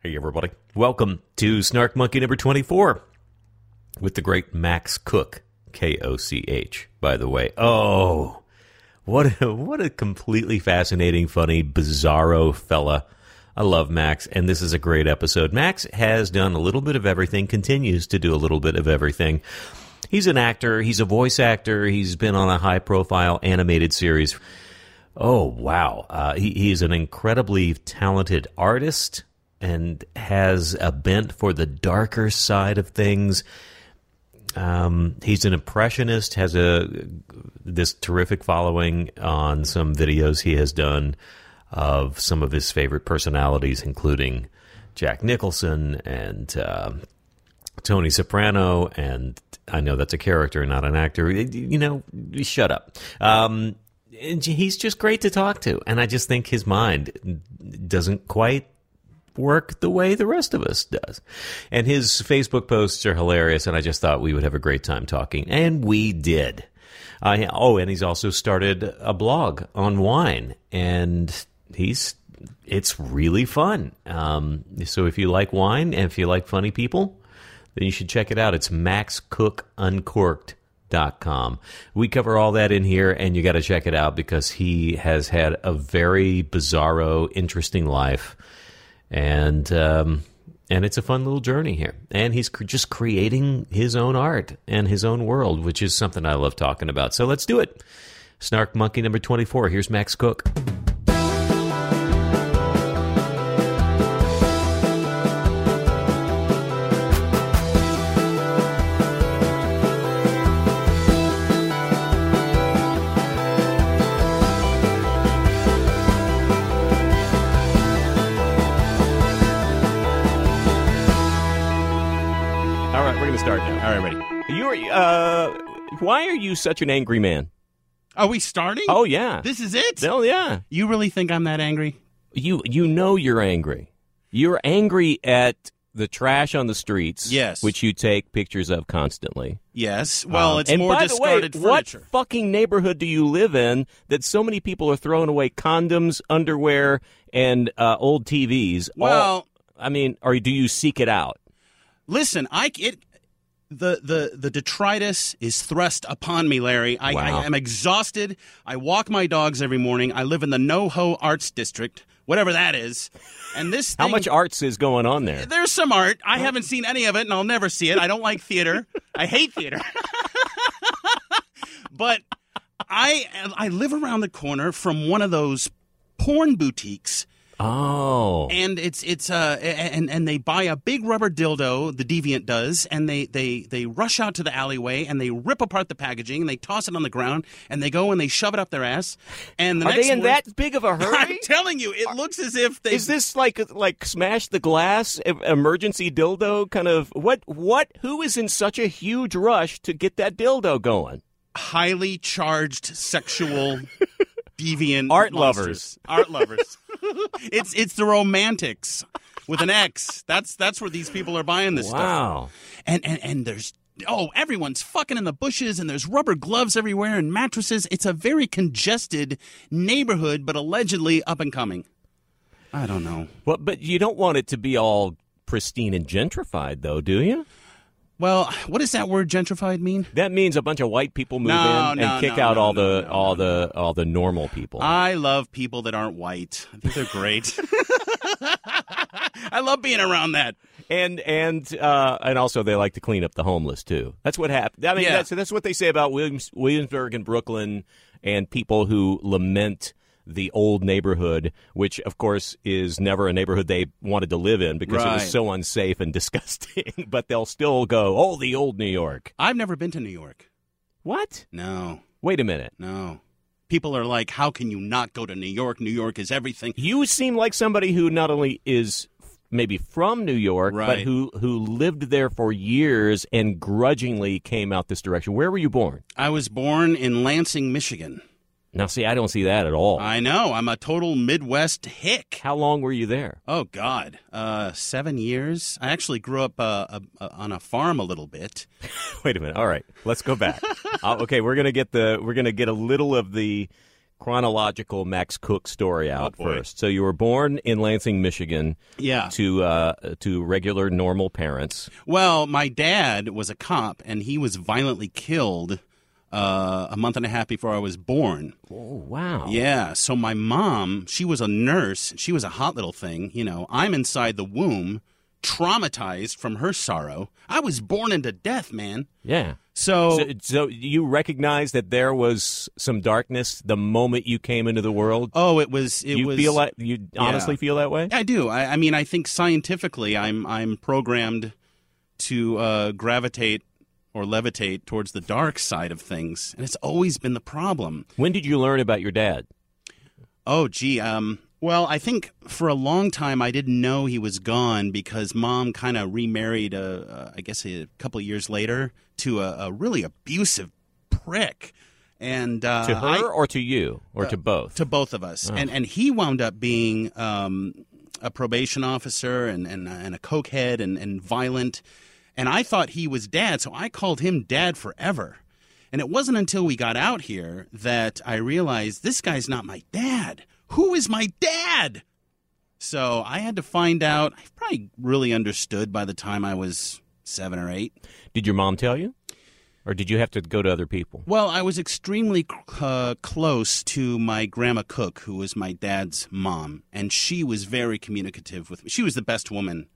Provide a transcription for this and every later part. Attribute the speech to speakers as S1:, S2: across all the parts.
S1: Hey, everybody. Welcome to Snark Monkey number 24 with the great Max Cook, K O C H, by the way. Oh, what a, what a completely fascinating, funny, bizarro fella. I love Max, and this is a great episode. Max has done a little bit of everything, continues to do a little bit of everything. He's an actor, he's a voice actor, he's been on a high profile animated series. Oh, wow. Uh, he, he is an incredibly talented artist and has a bent for the darker side of things. Um, he's an impressionist, has a this terrific following on some videos he has done of some of his favorite personalities, including Jack Nicholson and um Tony Soprano, and I know that's a character, not an actor. You know, shut up. Um, and he's just great to talk to, and I just think his mind doesn't quite work the way the rest of us does. And his Facebook posts are hilarious, and I just thought we would have a great time talking, and we did. I, oh, and he's also started a blog on wine, and he's it's really fun. Um, so if you like wine and if you like funny people, then you should check it out. It's maxcookuncorked.com. We cover all that in here, and you got to check it out because he has had a very bizarro, interesting life, and um, and it's a fun little journey here. And he's cr- just creating his own art and his own world, which is something I love talking about. So let's do it. Snark Monkey number twenty four. Here's Max Cook. All right, we're gonna start now. All right, ready. You are. Uh, why are you such an angry man?
S2: Are we starting?
S1: Oh yeah.
S2: This is it?
S1: Oh yeah.
S2: You really think I'm that angry?
S1: You you know you're angry. You're angry at the trash on the streets.
S2: Yes.
S1: Which you take pictures of constantly.
S2: Yes. Well,
S1: Um,
S2: it's
S1: and
S2: more
S1: by
S2: discarded
S1: the way,
S2: furniture.
S1: What Oh. fucking neighborhood do you live in that so many people are throwing away condoms, underwear, and uh, old TVs? all-
S2: Well-
S1: I mean, or do you seek it out?
S2: Listen, I it the the the detritus is thrust upon me, Larry. I,
S1: Wow.
S2: I am exhausted. I walk my dogs every morning. I live in the NoHo Arts District, whatever that is. And this
S1: How
S2: thing-
S1: much arts is going on there?
S2: There's some art. I haven't seen any of it, and I'll never see it. I don't like theater. I hate theater. but I I live around the corner from one of those porn boutiques
S1: Oh,
S2: and it's it's uh and and they buy a big rubber dildo the deviant does and they they they rush out to the alleyway and they rip apart the packaging and they toss it on the ground and they go and they shove it up their ass and the
S1: are
S2: next
S1: they in
S2: morning-
S1: that big of a
S2: I'm
S1: hurry?
S2: telling you it looks as if they
S1: Is this like like smash the glass e- emergency dildo kind of what what who is in such a huge rush to get that dildo going?
S2: highly charged sexual deviant
S1: Art
S2: monsters. art lovers it's it's the romantics with an X that's that's where these people are buying this stuff
S1: Wow.
S2: and and and there's oh everyone's fucking in the bushes and there's rubber gloves everywhere and mattresses it's a very congested neighborhood but allegedly up and coming i don't know
S1: But but you don't want it to be all pristine and gentrified though, do you?
S2: well what does that word gentrified mean
S1: That means a bunch of white people move
S2: No,
S1: in
S2: no,
S1: and kick
S2: no,
S1: out
S2: no,
S1: all
S2: no,
S1: the
S2: no, Uh,
S1: all the all the normal people.
S2: i love people that aren't white i think they're great i love being around that
S1: and and uh, and also they like to clean up the homeless too. That's what happened. I mean,
S2: Yeah.
S1: that's that's what they say about Williams, Williamsburg and Brooklyn, and people who lament the old neighborhood, which of course is never a neighborhood they wanted to live in because it
S2: Right.
S1: was so unsafe and disgusting. but they'll still go, "Oh, the old New York."
S2: i've never been to new york
S1: What?
S2: no
S1: Wait a minute.
S2: no people are like, how can you not go to New York? New York is everything.
S1: You seem like somebody who not only is f- maybe from New York, but
S2: Right.
S1: who who lived there for years and grudgingly came out this direction. Where were you born?
S2: I was born in Lansing, Michigan.
S1: Now, see, I don't see that at all.
S2: I know. I'm a total Midwest hick.
S1: How long were you there?
S2: Oh God, uh, seven years. I actually grew up uh, uh, uh, on a farm a little bit.
S1: Wait a minute. All right, let's go back. uh, okay, we're gonna get the we're gonna get a little of the chronological Max Cook story out
S2: boy.
S1: first. So you were born in Lansing, Michigan,
S2: Yeah.
S1: to uh, to regular normal parents.
S2: Well, my dad was a cop, and he was violently killed uh, a month and a half before I was born.
S1: Oh wow.
S2: Yeah. So my mom, she was a nurse. She was a hot little thing. You know, I'm inside the womb, traumatized from her sorrow. I was born into death, man.
S1: Yeah.
S2: So,
S1: So, so you recognize that there was some darkness the moment you came into the world.
S2: oh, it was. It
S1: you
S2: was.
S1: feel like you honestly feel that way.
S2: I do. I, I mean, I think scientifically, I'm I'm programmed to uh, gravitate or levitate towards the dark side of things, and it's always been the problem.
S1: When did you learn about your dad?
S2: Oh, gee. Um. Well, I think for a long time I didn't know he was gone because mom kind of remarried, uh, uh, I guess, a couple of years later to a, a really abusive prick, and uh,
S1: To her
S2: I- Uh,
S1: or to you or to both?
S2: to both of us, and and he wound up being um, a probation officer and and, uh, and a cokehead and and violent, and I thought he was dad, so I called him dad forever, and it wasn't until we got out here that I realized this guy's not my dad. Who is my dad? So I had to find out. I probably really understood by the time I was seven or eight.
S1: Did your mom tell you, or did you have to go to other people?
S2: Well, I was extremely uh, close to my grandma Cook, who was my dad's mom, and she was very communicative with me. She was the best woman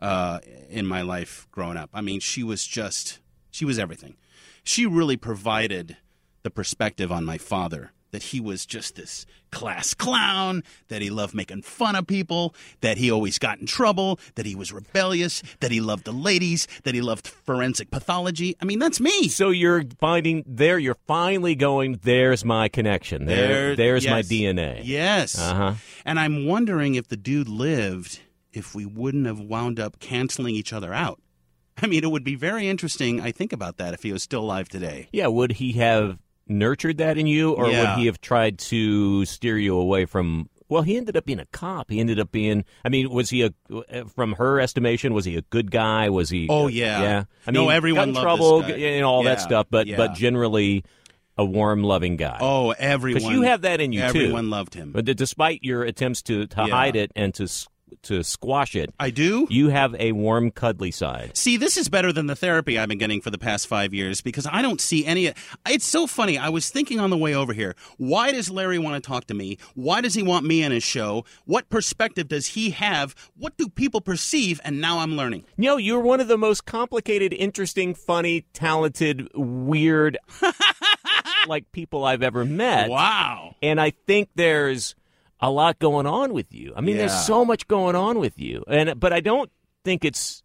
S2: uh, in my life growing up. I mean, she was just, she was everything. She really provided the perspective on my father that he was just this class clown, that he loved making fun of people, that he always got in trouble, that he was rebellious, that he loved the ladies, that he loved forensic pathology. I mean, that's me.
S1: So you're finding there. You're finally going. There's my connection. There.
S2: There-
S1: there's my
S2: yes.
S1: DNA.
S2: Yes.
S1: Uh-huh.
S2: And I'm wondering if the dude lived, if we wouldn't have wound up canceling each other out. I mean, it would be very interesting, I think, about that if he was still alive today.
S1: Yeah. Would he have nurtured that in you, or
S2: Yeah.
S1: would he have tried to steer you away from? Well, he ended up being a cop. He ended up being. I mean, was he a? From her estimation, was he a good guy? Was he?
S2: Oh, yeah.
S1: Yeah. I
S2: No,
S1: mean,
S2: everyone
S1: got in
S2: loved
S1: trouble.
S2: this guy.
S1: You know all that
S2: Yeah,
S1: stuff, but but
S2: yeah.
S1: generally, a warm, loving guy.
S2: Oh, everyone.
S1: you have that in you, too.
S2: Everyone loved him.
S1: But d- despite your attempts to, to
S2: Yeah.
S1: hide it and to s- to squash it,
S2: I do?
S1: you have a warm, cuddly side.
S2: See, this is better than the therapy I've been getting for the past five years because I don't see any. It's so funny. I was thinking on the way over here why does Larry want to talk to me? Why does he want me on his show? What perspective does he have? What do people perceive? And now I'm learning.
S1: No, you're one of the most complicated, interesting, funny, talented, weird, like people I've ever met.
S2: Wow.
S1: And I think there's a lot going on with you. I mean,
S2: Yeah.
S1: there's so much going on with you, and but I don't think it's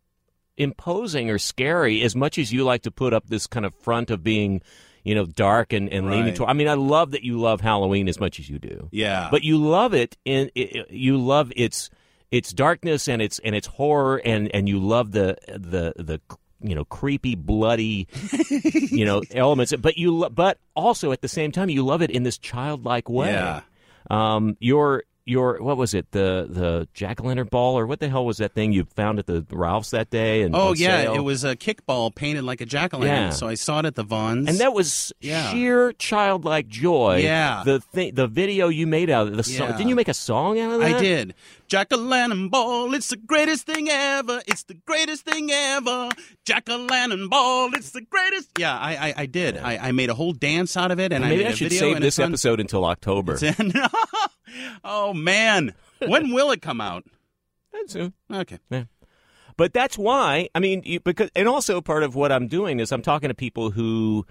S1: imposing or scary as much as you like to put up this kind of front of being, you know, dark and, and leaning
S2: Right.
S1: toward. I mean, I love that you love Halloween as much as you do.
S2: Yeah.
S1: but you love it in i i- you love its its darkness and its and its horror and and you love the the the you know creepy bloody you know elements but you lo- but also at the same time you love it in this childlike way
S2: Yeah.
S1: um your your what was it the the jack o' lantern ball or what the hell was that thing you found at the Ralphs that day and
S2: Oh
S1: on
S2: yeah,
S1: sale?
S2: it was a kickball painted like a jack o' lantern.
S1: Yeah.
S2: So I saw it at the Vons.
S1: and that was
S2: Yeah.
S1: sheer childlike joy
S2: Yeah.
S1: the thing the video you made out of the song
S2: Yeah.
S1: didn't you make a song out of that
S2: I did. Jack o' lantern ball, it's the greatest thing ever. It's the greatest thing ever. Jack o' lantern ball, it's the greatest. Yeah, I I, I did. I, I made a whole dance out of it, and I
S1: Maybe
S2: made
S1: I
S2: a
S1: should
S2: video
S1: save
S2: and
S1: this
S2: it's on-
S1: episode until October.
S2: oh man, when will it come out?
S1: Soon.
S2: Okay.
S1: But that's why I mean, you, because and also part of what I'm doing is I'm talking to people who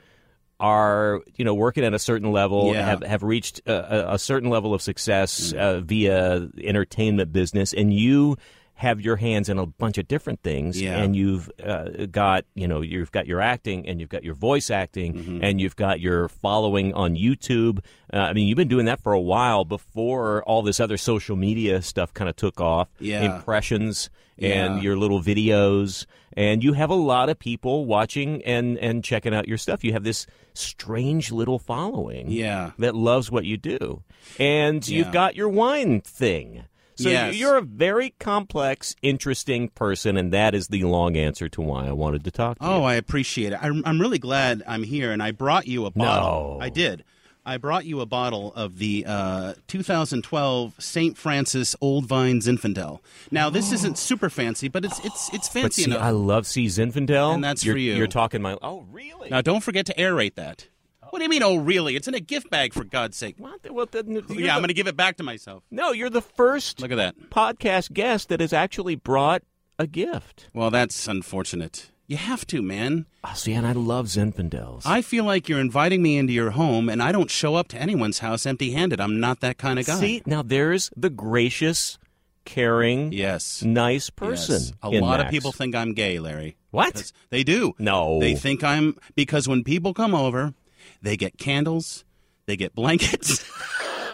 S1: are you know working at a certain level,
S2: Yeah. Mm.
S1: have have reached a, a, a certain level of success uh, via entertainment business, and you have your hands in a bunch of different things,
S2: Yeah.
S1: and you've uh, got you know you've got your acting, and you've got your voice acting,
S2: Mm-hmm.
S1: and you've got your following on YouTube. Uh, I mean, you've been doing that for a while before all this other social media stuff kind of took off.
S2: Yeah.
S1: impressions and
S2: Yeah.
S1: your little videos, and you have a lot of people watching and and checking out your stuff. You have this strange little following
S2: Yeah.
S1: that loves what you do. And
S2: Yeah.
S1: you've got your wine thing. So
S2: Yes.
S1: you- you're a very complex, interesting person, and that is the long answer to why I wanted to talk to
S2: Oh,
S1: you.
S2: I appreciate it. I'm, I'm really glad I'm here, and I brought you a bottle.
S1: No.
S2: I did. I brought you a bottle of the uh, 2012 St. Francis Old Vine Zinfandel. Now, this isn't super fancy, but it's it's it's
S1: Oh. but
S2: fancy
S1: see,
S2: enough.
S1: I love C. Zinfandel.
S2: And that's
S1: you're,
S2: for you.
S1: You're talking my. Oh, really?
S2: Now, don't forget to aerate that. What do you mean? Oh, really? It's in a gift bag, for God's sake.
S1: What the- well, then, you're
S2: yeah, I'm
S1: the-
S2: going to give it back to myself.
S1: No, you're the first
S2: Look at that.
S1: podcast guest that has actually brought a gift.
S2: Well, that's unfortunate. You have to, man.
S1: Oh, see, and I love Zinfandels.
S2: I feel like you're inviting me into your home, and I don't show up to anyone's house empty-handed. I'm not that kind of guy.
S1: See, now there's the gracious, caring,
S2: Yes.
S1: nice person.
S2: Yes. A
S1: in
S2: lot of
S1: Max.
S2: people think I'm gay, Larry.
S1: What?
S2: That's- they do.
S1: No.
S2: They think I'm because when people come over, they get candles, they get blankets,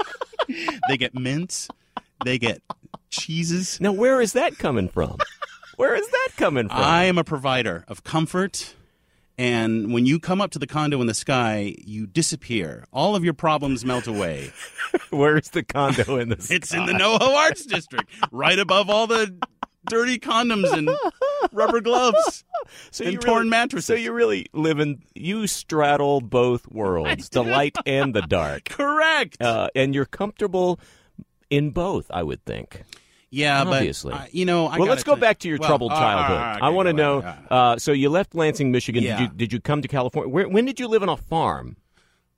S2: they get mints, they get cheeses.
S1: Now, where is that coming from? where is that coming from?
S2: I am a provider of comfort. And when you come up to the condo in the sky, you disappear. All of your problems melt away.
S1: Where's the condo in this?
S2: It's in the NoHo Arts District, right above all the dirty condoms and rubber gloves.
S1: so
S2: and
S1: you
S2: torn
S1: really,
S2: mattresses.
S1: So you really live in you straddle both worlds, the light and the dark,
S2: Correct.
S1: uh, and you're comfortable in both. I would think.
S2: Yeah,
S1: Obviously.
S2: but uh, you know. I
S1: well,
S2: gotta
S1: let's go
S2: tell-
S1: back to your
S2: Well,
S1: troubled
S2: all right,
S1: childhood.
S2: all right, okay,
S1: I want to
S2: go
S1: know.
S2: ahead, all right.
S1: Uh, so you left Lansing, Michigan.
S2: Yeah.
S1: Did, you, did you come to California? Where, when did you live on a farm?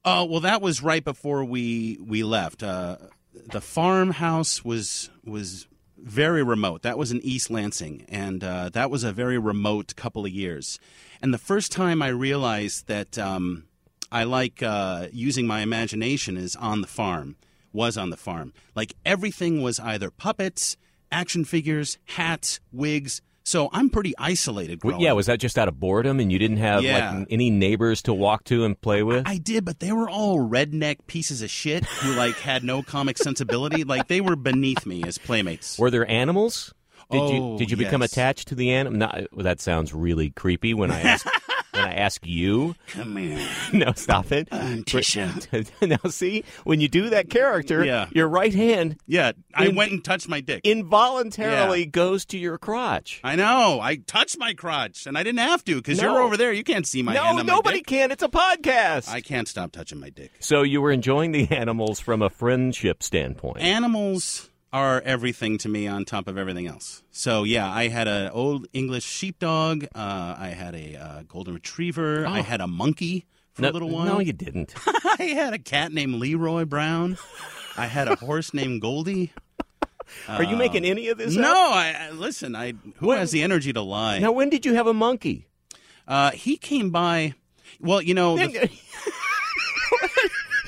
S2: Uh, well, that was right before we we left. Uh, the farmhouse was was very remote. That was in East Lansing, and uh, that was a very remote couple of years. And the first time I realized that um, I like uh, using my imagination is on the farm. Was on the farm. Like everything was either puppets, action figures, hats, wigs. So I'm pretty isolated. Growing
S1: Yeah,
S2: up.
S1: was that just out of boredom, and you didn't have
S2: Oh. Yeah.
S1: like any neighbors to walk to and play with?
S2: I did, but they were all redneck pieces of shit who like had no comic sensibility. Like they were beneath me as playmates.
S1: Were there animals? Did you
S2: Oh,
S1: did you become
S2: yes.
S1: attached to the animal? well, that sounds really creepy when I ask when I ask you.
S2: Come here.
S1: No, stop it.
S2: Tisha.
S1: now see, when you do that character,
S2: Yeah.
S1: your right hand
S2: Yeah, I went and touched my dick.
S1: involuntarily
S2: Yeah.
S1: goes to your crotch.
S2: I know. I touched my crotch, and I didn't have to because
S1: No.
S2: you're over there. You can't see my hand
S1: no,
S2: on my
S1: nobody
S2: dick.
S1: can. It's a podcast.
S2: I can't stop touching my dick.
S1: so you were enjoying the animals from a friendship standpoint.
S2: Animals are everything to me on top of everything else. So yeah, I had an old English sheepdog. Uh, I had a uh, golden retriever. I had a monkey for
S1: Oh. no,
S2: a little Uh, while.
S1: no, you didn't.
S2: I had a cat named Leroy Brown. I had a horse named Goldie.
S1: Are you making any of this?
S2: No,
S1: up?
S2: I I- listen. I who has the energy to lie?
S1: Now, when did you have a monkey?
S2: Uh, he came by. Well, you know, the-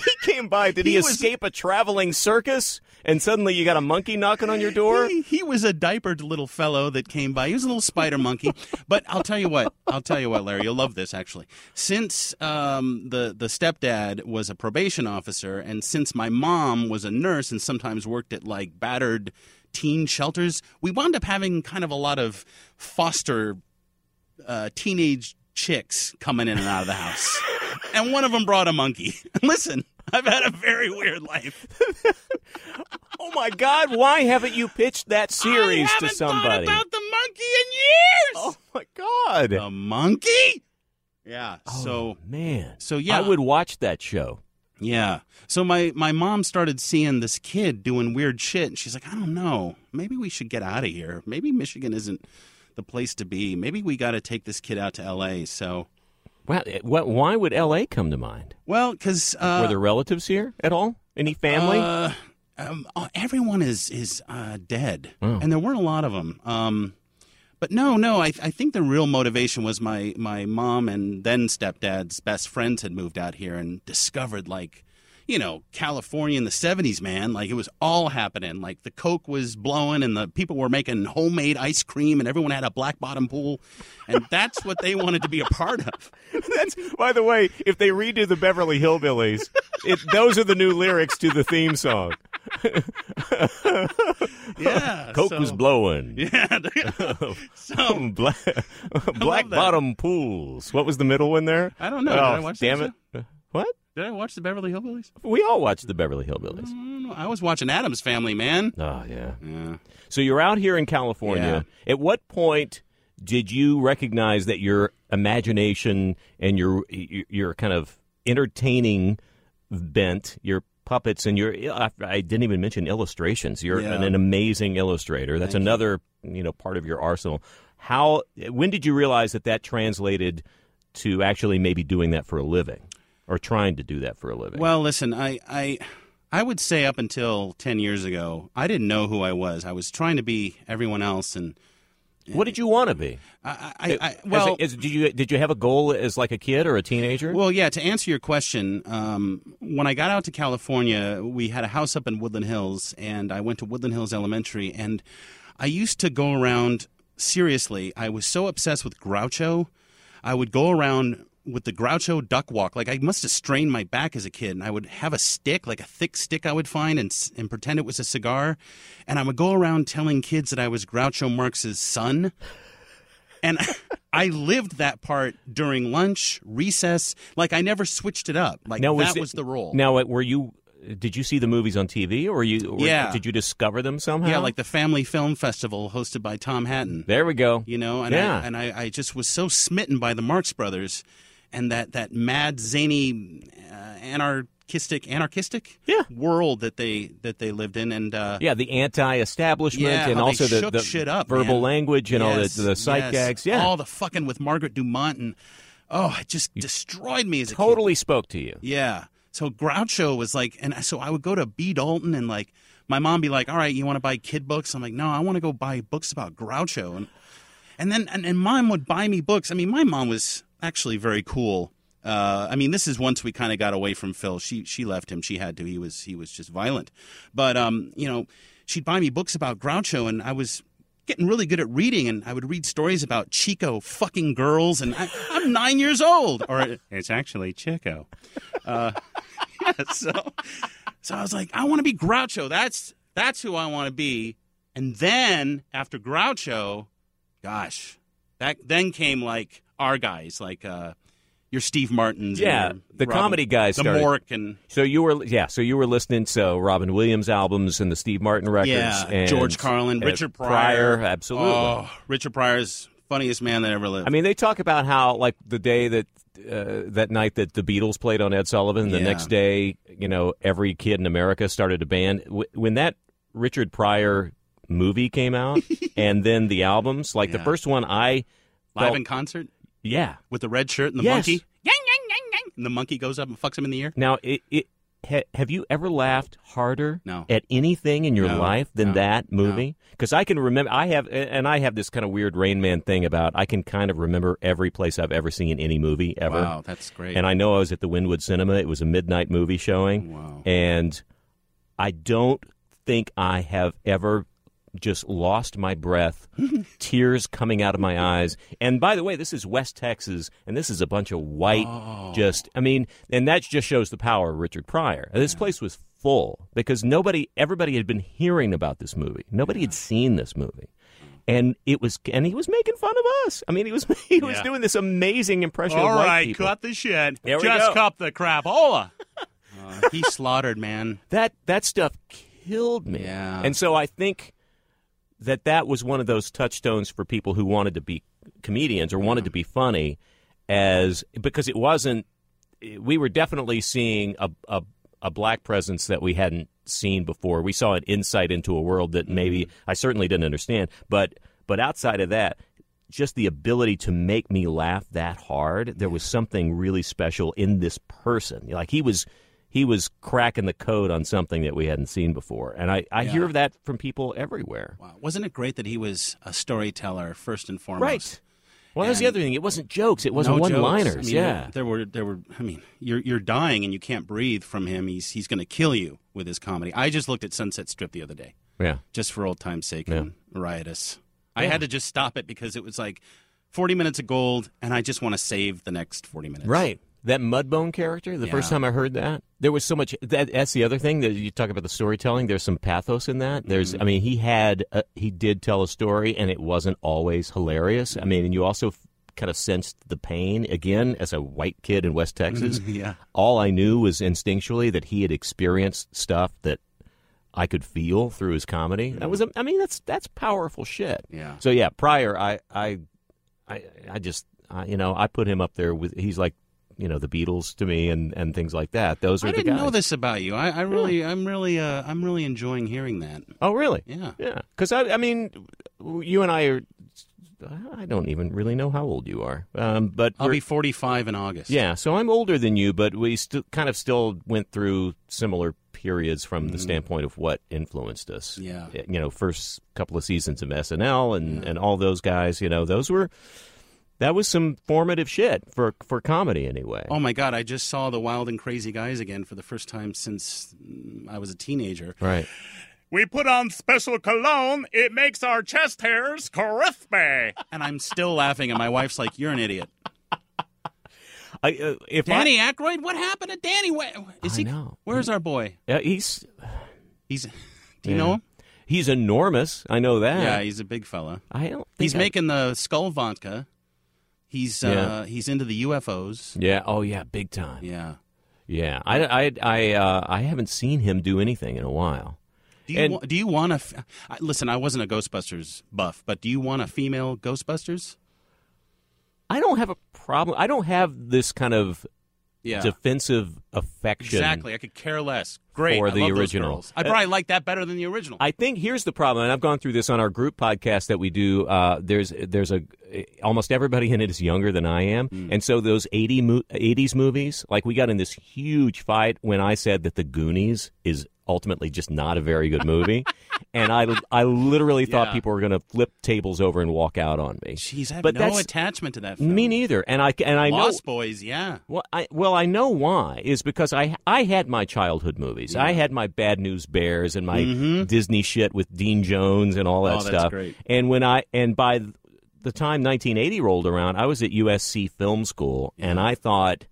S1: he came by. Did he,
S2: He was-
S1: escape a traveling circus? And suddenly you got a monkey knocking on your door?
S2: he, he was a diapered little fellow that came by. He was a little spider monkey. But I'll tell you what. I'll tell you what, Larry. You'll love this actually. Since um, the the stepdad was a probation officer, and since my mom was a nurse and sometimes worked at like battered teen shelters, we wound up having kind of a lot of foster uh, teenage chicks coming in and out of the house. and one of them brought a monkey. Listen, I've had a very weird life.
S1: Oh my God, why haven't you pitched that series
S2: I
S1: to
S2: haven't
S1: somebody?
S2: Thought about the monkey in years.
S1: oh my God. Oh,
S2: The monkey? Oh. Yeah. So
S1: man.
S2: so, yeah.
S1: I would watch that show.
S2: yeah. So my my mom started seeing this kid doing weird shit, and she's like, I don't know. Maybe we should get out of here. Maybe Michigan isn't the place to be. Maybe we got to take this kid out to L.A. So
S1: Wow, it- wh- eh, why would L.A. come to mind?
S2: well, because uh,
S1: Were there relatives here at all? Any family?
S2: Uh, um, uh, everyone is is uh, dead,
S1: Oh.
S2: and there weren't a lot of them. Um, but no, no, I, I think the real motivation was my my mom and then stepdad's best friends had moved out here and discovered like. you know, California in the 70s, man. Like it was all happening. Like the Coke was blowing and the people were making homemade ice cream and everyone had a black bottom pool. And that's what they wanted to be a part of.
S3: That's by the way, if they redo the Beverly Hillbillies, it, those are the new lyrics to the theme song.
S2: Yeah.
S1: Coke
S2: so-
S1: was blowing.
S2: Yeah. so
S3: Black, Black
S2: that.
S3: Bottom Pools. What was the middle one there?
S2: I don't know.
S3: Oh,
S2: Did I watch that
S3: damn it. What?
S2: did I watch the Beverly Hillbillies?
S1: We all watched the Beverly Hillbillies.
S2: I don't know. I was watching Adam's Family, man.
S1: Oh yeah.
S2: Yeah.
S1: So you're out here in California. At what point did you recognize that your imagination and your your your kind of entertaining bent, your puppets and your I, I didn't even mention illustrations. You're
S2: Yeah.
S1: an, an amazing illustrator. That's another you. know part of your arsenal. How when did you realize that that translated to actually maybe doing that for a living or trying to do that for a living?
S2: Well, listen, I, I, I would say up until ten years ago, I didn't know who I was. I was trying to be everyone else, and
S1: what did you want to be?
S2: I, I, I
S1: As a-
S2: well,
S1: as- did you did you have a goal as like a kid or a teenager?
S2: well, yeah. To answer your question, um, when I got out to California, we had a house up in Woodland Hills, and I went to Woodland Hills Elementary, and I used to go around. Seriously, I was so obsessed with Groucho, I would go around with the Groucho duck walk. Like I must have strained my back as a kid, and I would have a stick, like a thick stick, I would find and s- and pretend it was a cigar, and I would go around telling kids that I was Groucho Marx's son. And I lived that part during lunch, recess. Like I never switched it up. Like
S1: Now,
S2: that
S1: it-
S2: was the role.
S1: Now, uh, were you? Did you see the movies on TV, or you? Or
S2: Yeah.
S1: Did you discover them somehow?
S2: yeah, like the Family Film Festival hosted by Tom Hatton.
S1: there we go.
S2: you know and
S1: Yeah.
S2: I, and I, I just was so smitten by the Marx Brothers and that that mad zany uh, anarchistic anarchistic
S1: Yeah.
S2: world that they that they lived in and uh,
S1: yeah, the anti-establishment
S2: yeah,
S1: and
S2: how they
S1: also the,
S2: shook
S1: the
S2: shit up,
S1: verbal
S2: man.
S1: language and
S2: Yes,
S1: all the, the sight
S2: yes.
S1: gags. Yeah,
S2: all the fucking with Margaret Dumont and oh, it just destroyed me as a kid.
S1: totally spoke to you.
S2: Yeah. So Groucho was like, and so I would go to B. Dalton and like, my mom be like, all right, you want to buy kid books? I'm like, no, I want to go buy books about Groucho. And, and then, and, and mom would buy me books. I mean, my mom was actually very cool. Uh, I mean, this is once we kind of got away from Phil. She she left him. She had to. He was he was just violent. But um, you know, she'd buy me books about Groucho, and I was getting really good at reading, and I would read stories about Chico fucking girls, and I, I'm nine years old. Or it's actually Chico. Uh, yeah, so, so I was like, I want to be Groucho. That's that's who I want to be. And then after Groucho, gosh, that then came like our guys, like uh, your Steve Martins. and
S1: Yeah,
S2: your
S1: the comedy guys
S2: the
S1: started-
S2: Mork, and
S1: So you were, yeah. So you were listening to Robin Williams albums and the Steve Martin records.
S2: yeah,
S1: and,
S2: George Carlin,
S1: uh,
S2: Richard Pryor,
S1: absolutely.
S2: Oh, Richard Pryor's funniest man that ever lived.
S1: I mean, they talk about how like the day that uh, that night that the Beatles played on Ed Sullivan, the
S2: Yeah.
S1: next day, you know, every kid in America started a band. W- when that Richard Pryor movie came out, and then the albums, like the
S2: Yeah.
S1: first one, I
S2: live
S1: felt-
S2: in concert.
S1: yeah.
S2: with the red shirt and the
S1: Yes.
S2: monkey. Yang, yang, yang, yang. And the monkey goes up and fucks him in the ear.
S1: Now, it, it ha, have you ever laughed harder
S2: No.
S1: at anything in your
S2: No,
S1: life than
S2: no,
S1: that movie? Because I can remember, I have, and I have this kind of weird Rain Man thing about I can kind of remember every place I've ever seen any movie ever.
S2: Wow, that's great.
S1: And I know I was at the Wynwood Cinema. It was a midnight movie showing.
S2: Wow.
S1: And I don't think I have ever just lost my breath, tears coming out of my eyes. And by the way, this is West Texas, and this is a bunch of white,
S2: Oh.
S1: just, I mean, and that just shows the power of Richard Pryor. This place was full because nobody, everybody had been hearing about this movie, nobody had seen this movie. And it was, and he was making fun of us. I mean, he was he was
S2: Yeah.
S1: doing this amazing impression. of white people.
S2: the shit.
S1: There we Just go.
S2: cup the crapola. Uh, he slaughtered, man.
S1: that that stuff killed me.
S2: Yeah.
S1: And so I think that that was one of those touchstones for people who wanted to be comedians or wanted to be funny as because it wasn't we were definitely seeing a, a a black presence that we hadn't seen before. We saw an insight into a world that
S2: Mm-hmm.
S1: maybe I certainly didn't understand, but but outside of that just the ability to make me laugh that hard there was something really special in this person like he was he was cracking the code on something that we hadn't seen before and i, I hear that from people everywhere
S2: Wow. Wasn't it great that he was a storyteller first and foremost?
S1: right Well, that's the other thing. It wasn't jokes. It wasn't
S2: No jokes.
S1: one-liners.
S2: I mean,
S1: yeah.
S2: there were there were. I mean, you're you're dying and you can't breathe from him. He's he's going to kill you with his comedy. I just looked at Sunset Strip the other day,
S1: yeah.
S2: just for old time's sake, and riotous. I had to just stop it because it was like forty minutes of gold, and I just want to save the next forty minutes.
S1: Right. That Mudbone character, the first
S2: Yeah.
S1: time I heard that, there was so much. That, that's the other thing that you talk about the storytelling. There's some pathos in that. There's, I mean, he had, a, he did tell a story and it wasn't always hilarious. I mean, and you also f- kind of sensed the pain again as a white kid in West Texas.
S2: Yeah.
S1: All I knew was instinctually that he had experienced stuff that I could feel through his comedy. That was, a- I mean, that's, that's powerful shit.
S2: Yeah.
S1: So yeah, Pryor, I, I, I, I just, I, you know, I put him up there with. He's like, you know, the Beatles to me, and and things like that. Those are
S2: I
S1: the
S2: didn't
S1: guys.
S2: know this about you. I, I really, I'm really, uh, I'm really enjoying hearing that.
S1: Oh, really?
S2: Yeah.
S1: Yeah. Because I, I mean, you and I are. I don't even really know how old you are, um, but
S2: I'll
S1: we're-
S2: be 45 in August.
S1: yeah. So I'm older than you, but we still kind of still went through similar periods from the standpoint of what influenced us.
S2: Mm-hmm.
S1: Eh,
S2: Yeah.
S1: You know, first couple of seasons of SNL and and all those guys. You know, those were. That was some formative shit for for comedy, anyway.
S2: Oh my God! I just saw the Wild and Crazy Guys again for the first time since mm, I was a teenager.
S1: Right.
S4: We put on special cologne. It makes our chest hairs crispy.
S2: and I'm still laughing. And my wife's like, "You're an idiot."
S1: I, uh, if
S2: Danny Aykroyd, what happened to Danny? Wha- Is
S1: I
S2: he?
S1: know.
S2: Where's our boy?
S1: I, uh, he's
S2: He's. Do you
S1: Yeah.
S2: know him?
S1: he's enormous. I know that.
S2: Yeah, he's a big fella.
S1: I don't. Think
S2: He's
S1: I-
S2: making the skull vodka. He's uh, he's into the UFOs.
S1: Yeah. Oh, yeah. Big time.
S2: Yeah.
S1: Yeah. I I I uh, I haven't seen him do anything in a while.
S2: Do you
S1: And-
S2: wa- do you want a? F- I, listen, I wasn't a Ghostbusters buff, but do you want a female Ghostbusters?
S1: I don't have a problem. I don't have this kind of
S2: Yeah.
S1: defensive affection.
S2: Exactly. I could care less. Great.
S1: For
S2: I
S1: the
S2: love those
S1: original.
S2: girls. I probably like that better than the original.
S1: Uh, I think here's the problem, and I've gone through this on our group podcast that we do. Uh, there's there's a almost everybody in it is younger than I am,
S2: Hmm.
S1: and so those 80 mo- 80s movies, like we got in this huge fight when I said that the Goonies is ultimately just not a very good movie, and I I literally thought
S2: Yeah.
S1: people were going to flip tables over and walk out on me.
S2: Jeez, I have
S1: but
S2: no
S1: that's-
S2: attachment to that. Film.
S1: Me neither, and I and I know
S2: Lost Boys. Yeah.
S1: well, I well I know why is because I I had my childhood movies. I had my Bad News Bears and my Disney shit with Dean Jones and all that
S2: Mm-hmm. Oh, that's
S1: stuff.
S2: great.
S1: And when I and by th- the time 1980 rolled around, I was at USC Film School, and I thought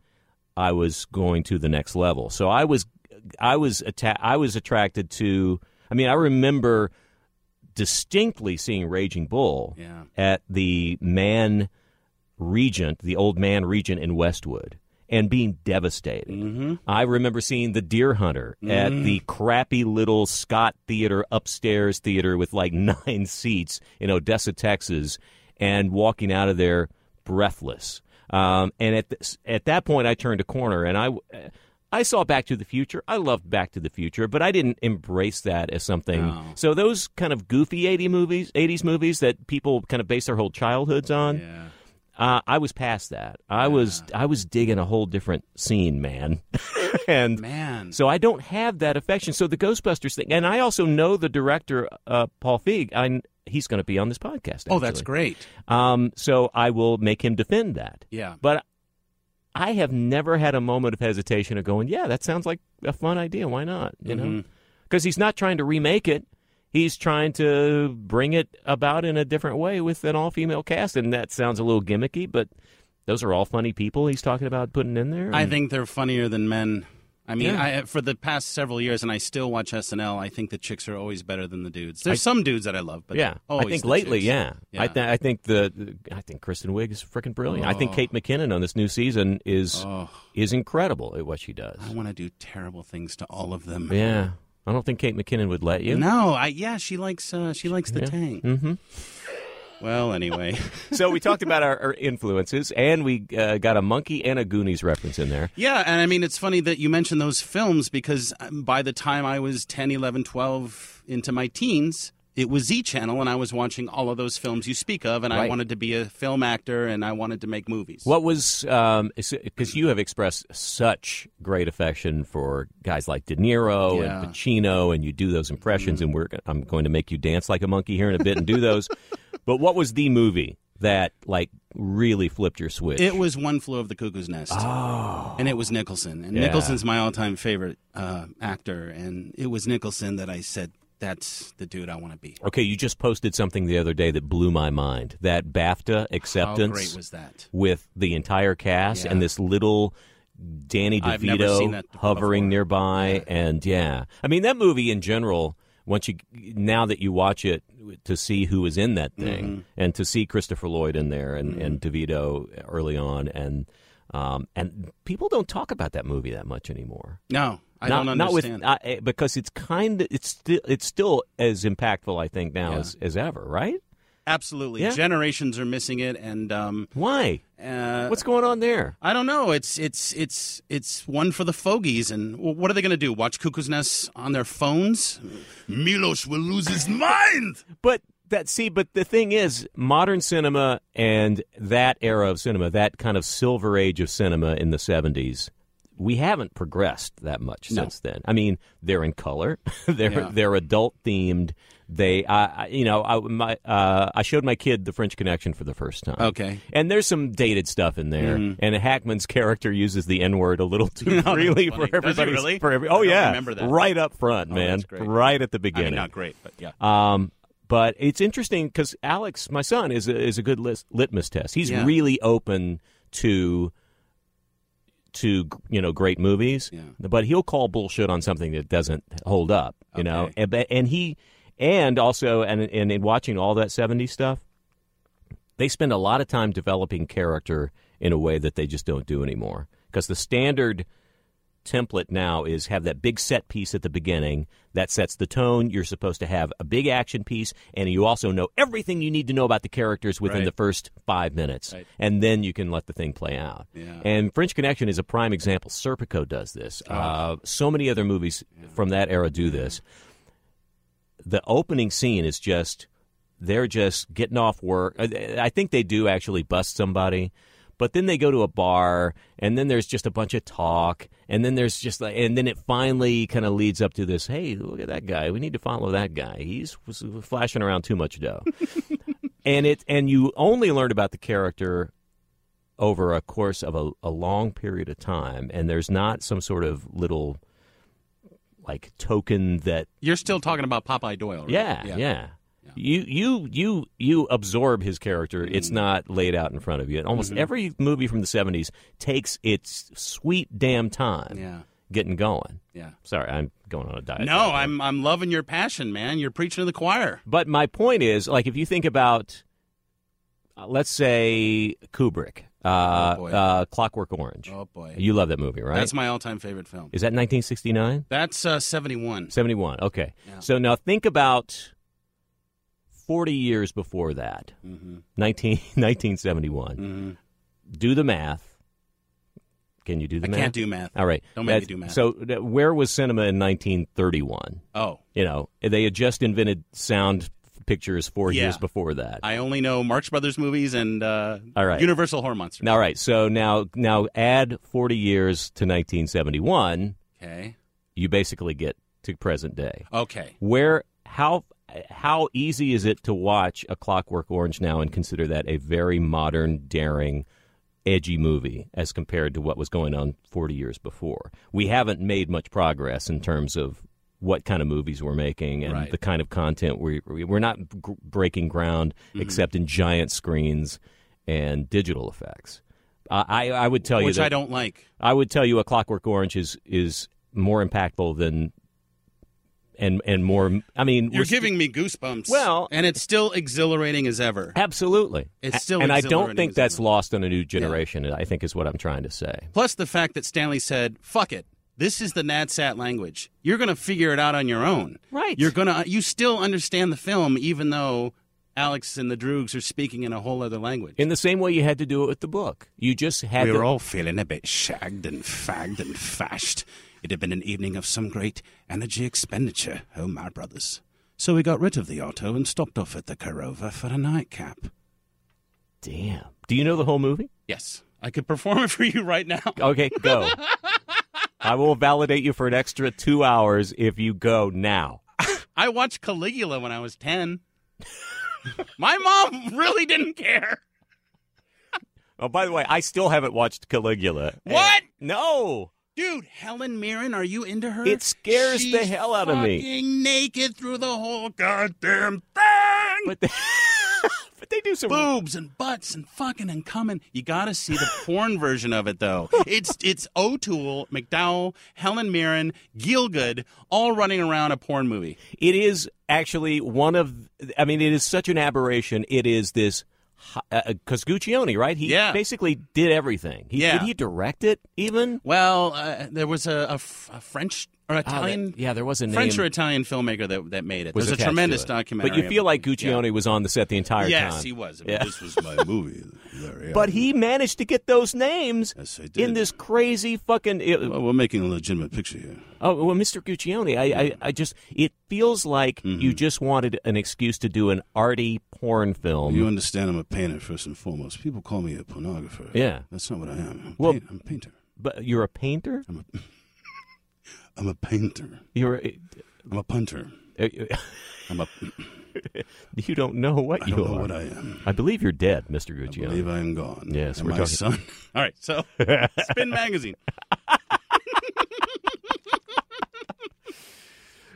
S1: I was going to the next level. So I was I was atta- I was attracted to. I mean, I remember distinctly seeing Raging Bull
S2: Yeah.
S1: at the man regent, the old man regent in Westwood, and being devastated. I remember seeing The Deer Hunter at the crappy little Scott Theater upstairs theater with like nine seats in Odessa, Texas, and walking out of there breathless. Um, and at this, at that point, I turned a corner and I. I saw Back to the Future. I loved Back to the Future, but I didn't embrace that as something. So those kind of goofy 80 movies, 80s movies that people kind of base their whole childhoods on,
S2: Yeah.
S1: uh, I was past that.
S2: Ah.
S1: I was I was digging a whole different scene, man. and
S2: Man.
S1: so I don't have that affection. So the Ghostbusters thing, and I also know the director, uh, Paul Feig. I he's going to be on this podcast.
S2: oh, that's
S1: actually.
S2: great.
S1: Um, so I will make him defend that.
S2: Yeah.
S1: But I have never had a moment of hesitation of going, yeah, that sounds like a fun idea. Why not? You
S2: Mm-hmm.
S1: know, because he's not trying to remake it. He's trying to bring it about in a different way with an all-female cast, and that sounds a little gimmicky, but those are all funny people he's talking about putting in there.
S2: I
S1: and-
S2: think they're funnier than men. I mean,
S1: Mm. Yeah.
S2: I, for the past several years, and I still watch SNL. I think the chicks are always better than the dudes. There's some dudes that I love, but
S1: yeah, I
S2: always
S1: think
S2: the
S1: lately,
S2: chicks.
S1: yeah, I,
S2: Yeah.
S1: th- I think the, the- I think Kristen Wiig is freaking brilliant. I
S2: Oh.
S1: think Kate McKinnon on this new season is is incredible at what she does.
S2: I want to do terrible things to all of them.
S1: Yeah, I don't think Kate McKinnon would let you.
S2: No, I yeah, she likes uh, she likes the tang. Mm-hmm. Well, anyway,
S1: so we talked about our, our influences, and we uh, got a monkey and a Goonies reference in there.
S2: yeah, and I mean it's funny that you mentioned those films because um, by the time I was 10, 11, 12 into my teens, it was Z Channel and I was watching all of those films you speak of and I
S1: Right.
S2: wanted to be a film actor and I wanted to make movies.
S1: What was um because you have expressed such great affection for guys like De Niro
S2: Yeah. Mm-hmm.
S1: and Pacino, and you do those impressions, and we're I'm going to make you dance like a monkey here in a bit and do those. but what was the movie that like really flipped your switch?
S2: It was One Flew of the Cuckoo's Nest. And it was Nicholson. And
S1: Oh. Yeah.
S2: Nicholson's my all time favorite uh, actor. And it was Nicholson that I said, that's the dude I want to be.
S1: okay, you just posted something the other day that blew my mind. That BAFTA
S2: How
S1: acceptance
S2: great was that?
S1: with the entire cast
S2: Yeah.
S1: and this little Danny
S2: I've never seen
S1: DeVito
S2: that
S1: hovering
S2: before.
S1: nearby. And yeah, I mean that movie in general. Once you now that you watch it to see who is in that thing
S2: Mm-hmm.
S1: and to see Christopher Lloyd in there and, and DeVito early on and um, and people don't talk about that movie that much anymore.
S2: No, I
S1: not,
S2: don't understand.
S1: Not with, uh, because it's kind of it's still it's still as impactful I think now
S2: Yeah.
S1: as, as ever, right?
S2: Absolutely.
S1: Yeah.
S2: Generations are missing it. And um,
S1: Why?
S2: uh,
S1: What's going on there?
S2: I don't know. It's it's it's it's one for the fogies. And w- what are they going to do? Watch Cuckoo's Nest on their phones? Milos will lose his mind.
S1: But that see, but the thing is, modern cinema and that era of cinema, that kind of silver age of cinema in the seventies, we haven't progressed that much
S2: No.
S1: since then. I mean, they're in color, they're
S2: Yeah.
S1: they're adult themed. They, I I- you know, I my uh, I showed my kid The French Connection for the first time.
S2: Okay. Mm-hmm.
S1: and there's some dated stuff in there, and Hackman's character uses the N word a little too freely
S2: funny.
S1: for
S2: Does he
S1: everybody.
S2: really?
S1: For every,
S2: I
S1: oh
S2: don't
S1: yeah,
S2: remember that. Oh,
S1: right up front, man,
S2: that's great.
S1: right at the
S2: I
S1: beginning.
S2: mean, not great, but yeah.
S1: Um, but it's interesting because Alex, my son, is a, is a good lis- litmus test. He's
S2: Yeah.
S1: really open to to you know great movies,
S2: Yeah.
S1: but he'll call bullshit on something that doesn't hold up. You know,
S2: Okay.
S1: and, but- and he and also and, and in watching all that '70s stuff, they spend a lot of time developing character in a way that they just don't do anymore because the standard template now is have that big set piece at the beginning that sets the tone you're supposed to have a big action piece and you also know everything you need to know about the characters within
S2: Right.
S1: the first five minutes and then you can let the thing play out
S2: Yeah.
S1: and french connection is a prime example serpico does this uh, so many other movies from that era do this the opening scene is just they're just getting off work. I I think they do actually bust somebody, but then they go to a bar, and then there's just a bunch of talk, and then there's just like, and then it finally kind of leads up to this. Hey, look at that guy. We need to follow that guy. He's was flashing around too much dough, and it and you only learn about the character over a course of a, a long period of time, and there's not some sort of little like token that
S2: You're still talking about Popeye Doyle, right?
S1: yeah, yeah. You you you you absorb his character. It's
S2: Mm-hmm.
S1: not laid out in front of you. And almost every movie from the '70s takes its sweet damn time
S2: Yeah.
S1: getting going.
S2: Yeah.
S1: Sorry, I'm going on a diet.
S2: No, I'm I'm loving your passion, man. You're preaching to the choir.
S1: But my point is, like, if you think about, uh, let's say Kubrick, uh,
S2: Oh, boy.
S1: uh, Clockwork Orange.
S2: Oh, boy.
S1: you love that movie, right?
S2: That's my all-time favorite film.
S1: is that 1969?
S2: That's uh, 71.
S1: 71. Okay. So now think about 40 years before that,
S2: Mm-hmm.
S1: 19, 1971. Do the math. Can you do the
S2: Mm. I
S1: math?
S2: can't do math.
S1: All right.
S2: Don't make me
S1: That's-
S2: do math.
S1: So that- where was cinema in 1931?
S2: Oh,
S1: You know, they had just invented sound pictures four
S2: Yeah.
S1: years before that.
S2: I only know Marx Brothers movies and uh,
S1: All right.
S2: Universal Horror Monster.
S1: all right. So now now add 40 years to 1971,
S2: Okay.
S1: you basically get to present day.
S2: Okay.
S1: where how how easy is it to watch a clockwork orange now and consider that a very modern daring edgy movie as compared to what was going on 40 years before we haven't made much progress in terms of what kind of movies we're making and
S2: Right.
S1: the kind of content we, we- we're not gr breaking ground
S2: Mm-hmm.
S1: except in giant screens and digital effects I, I I would tell you
S2: Which
S1: that
S2: I don't like.
S1: I would tell you a Clockwork Orange is is more impactful than and and more. I mean,
S2: You're
S1: we're st-
S2: giving me goosebumps.
S1: Well-
S2: and it's still exhilarating as ever.
S1: absolutely.
S2: It's
S1: A-
S2: still
S1: and I don't
S2: exhilarating
S1: think
S2: as
S1: that's
S2: ever.
S1: lost on a new generation. I think is what I'm trying to say.
S2: Plus the fact that Stanley said, "Fuck it." This is the NatSat language. You're going to figure it out on your own.
S1: Right.
S2: You're going to you still understand the film even though Alex and the Droogs are speaking in a whole other language.
S1: In the same way you had to do it with the book, you just had
S2: we
S1: to.
S2: were all feeling a bit shagged and fagged and fashed. It had been an evening of some great energy expenditure, oh my brothers. So we got rid of the auto and stopped off at the Carova for a nightcap.
S1: damn. Do you know the whole movie?
S2: Yes, I could perform it for you right now.
S1: Okay, go. I will validate you for an extra two hours if you go now.
S2: I watched Caligula when I was 10. my mom really didn't care.
S3: Oh, by the way, I still haven't watched Caligula.
S2: What?
S3: And- no.
S2: Dude, Helen Mirren, are you into her?
S3: It scares
S2: She's
S3: the hell out of me.
S2: fucking naked through the whole goddamn
S4: Dang!
S3: But they, but they do some.
S2: boobs and butts and fucking and coming. You gotta see the porn version of it though. It's it's O'Toole, McDowell, Helen Mirren, Gielgud, all running around a porn movie.
S1: It is actually one of. I mean, it is such an aberration. It is this because Guccione, right? He
S2: Yeah.
S1: basically did everything. He,
S2: Yeah.
S1: Did he direct it even?
S2: Well, uh, there was a, a f- a French or
S1: Ah, that-
S2: Italian,
S1: yeah, there was a name.
S2: French or Italian filmmaker that that made it.
S1: was
S2: There's a
S1: attached to
S2: tremendous
S1: it.
S2: documentary.
S1: But you feel like Guccione
S2: Yeah.
S1: was on the set the entire
S2: Yes,
S1: time.
S2: he was. I mean,
S1: Yeah.
S2: This was my movie. Larry.
S1: But he managed to get those names
S2: Yes, I did.
S1: in this crazy fucking. it-
S2: Well, we're making a legitimate picture here.
S1: oh, well, Mr. Guccione, I, I, I just. It feels like
S2: Mm-hmm.
S1: you just wanted an excuse to do an arty porn film.
S5: You understand I'm a painter first and foremost. People call me a pornographer.
S1: Yeah.
S5: That's not what I am. I'm, a
S1: Well-
S5: pain- I'm a painter.
S1: but you're a painter?
S5: I'm a painter.
S1: You're.
S5: I'm a punter.
S1: a-
S5: I'm a
S1: You don't know what
S5: I
S1: you
S5: don't know
S1: are.
S5: what I am.
S1: I believe you're dead, Mr.
S5: I
S1: Guccione.
S5: believe I am gone.
S1: Yes,
S5: and
S1: we're
S5: my
S1: talking-
S5: son.
S2: All right, so Spin Magazine.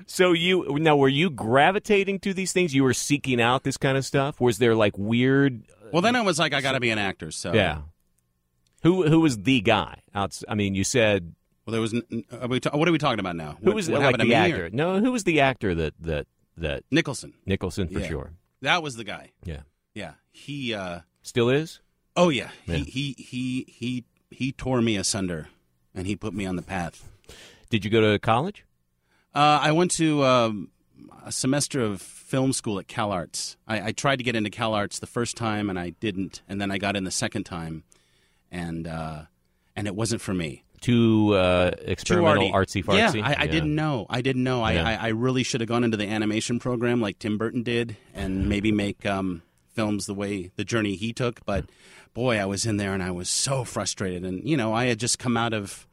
S1: So you now were you gravitating to these things? You were seeking out this kind of stuff? Was there like weird
S2: Well, then I was like, I got to be an actor. So
S1: Yeah. Who who was the guy? Outs- I mean, you said
S2: Well, there was. n- n- Are we ta- what are we talking about now?
S1: who
S2: What-
S1: was
S2: what
S1: like
S2: happened to
S1: the
S2: me
S1: actor?
S2: or-
S1: No, who was the actor that that that
S2: Nicholson.
S1: Nicholson for
S2: Yeah.
S1: sure.
S2: That was the guy.
S1: Yeah.
S2: Yeah. He. uh
S1: Still is?
S2: Oh yeah.
S1: Yeah.
S2: He, he he he he tore me asunder, and he put me on the path.
S1: Did you go to college?
S2: Uh, I went to um, a semester of film school at CalArts. I, I tried to get into CalArts the first time, and I didn't. And then I got in the second time, and uh, and it wasn't for me.
S1: To uh
S2: Too
S1: experimental artsy fartsy?
S2: Yeah, I, I didn't know. I didn't know. I,
S1: Yeah.
S2: I, I really should have gone into the animation program like Tim Burton did, and maybe make um, films the way the journey he took. But boy, I was in there, and I was so frustrated. And you know, I had just come out of.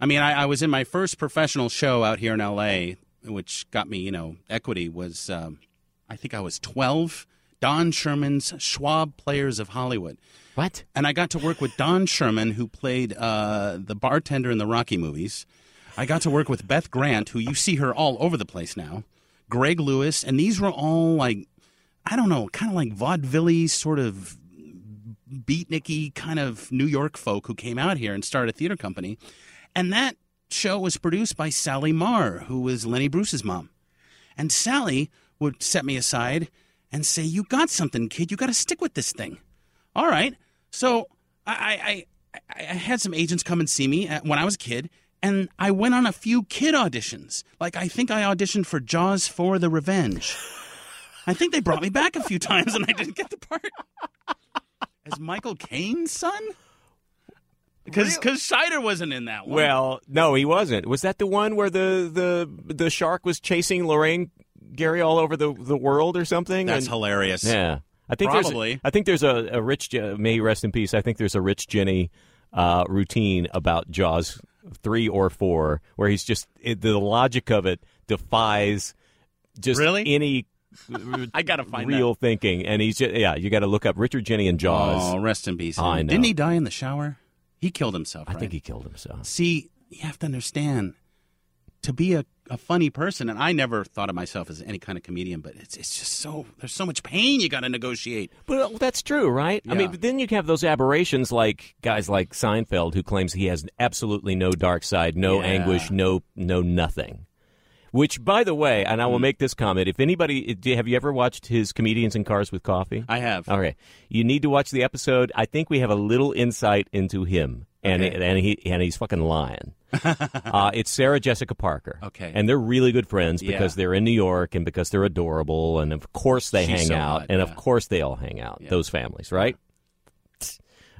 S2: I mean, I, I was in my first professional show out here in L.A., which got me, you know, equity. Was um, I think I was twelve. Don Sherman's Schwab Players of Hollywood.
S1: What?
S2: And I got to work with Don Sherman, who played uh, the bartender in the Rocky movies. I got to work with Beth Grant, who you see her all over the place now. Greg Lewis, and these were all like, I don't know, kind of like vaudeville sort of beatniky kind of New York folk who came out here and started a theater company. And that show was produced by Sally Marr, who was Lenny Bruce's mom. And Sally would set me aside and say, You got something, kid. You got to stick with this thing. All right. So I, I, I, I had some agents come and see me uh, when I was a kid, and I went on a few kid auditions. Like, I think I auditioned for Jaws for the Revenge. I think they brought me back a few times, and I didn't get the part. As Michael Caine's son? Because Scheider wasn't in that one.
S1: Well, no, he wasn't. Was that the one where the the the shark was chasing Lorraine Gary all over the the world or something?
S2: that's
S1: And-
S2: hilarious.
S1: Yeah, I think There's
S2: Probably.
S1: a, I think there's a, a rich Je- may he rest in peace. I think there's a rich Jenny uh, routine about Jaws three or four where he's just it, the logic of it defies just
S2: Really?
S1: any
S2: I gotta find
S1: real thinking, and he's just yeah. You got to look up Richard Jenny and Jaws.
S2: Oh, rest in peace.
S1: I know.
S2: Didn't he die in the shower? He killed himself.
S1: I
S2: right?
S1: think he killed himself.
S2: See, you have to understand to be a, a funny person, and I never thought of myself as any kind of comedian, but it's it's just so there's so much pain you got to negotiate.
S1: But well, that's true, right? I
S2: Yeah.
S1: mean, but then you have those aberrations like guys like Seinfeld, who claims he has absolutely no dark side, no
S2: Yeah.
S1: anguish, no no nothing. Which, by the way, and I
S2: Hmm.
S1: will make this comment: if anybody, do- have you ever watched his comedians in cars with coffee?
S2: I have.
S1: Okay, you need to watch the episode. I think we have a little insight into him, and and he and he's fucking lying. uh, it's Sarah Jessica Parker.
S2: Okay.
S1: and they're really good friends because
S2: Yeah.
S1: they're in New York and because they're adorable, and of course they
S2: She's
S1: hang
S2: so
S1: out,
S2: hot,
S1: and
S2: yeah.
S1: of course they all hang out.
S2: Yeah.
S1: Those families, right?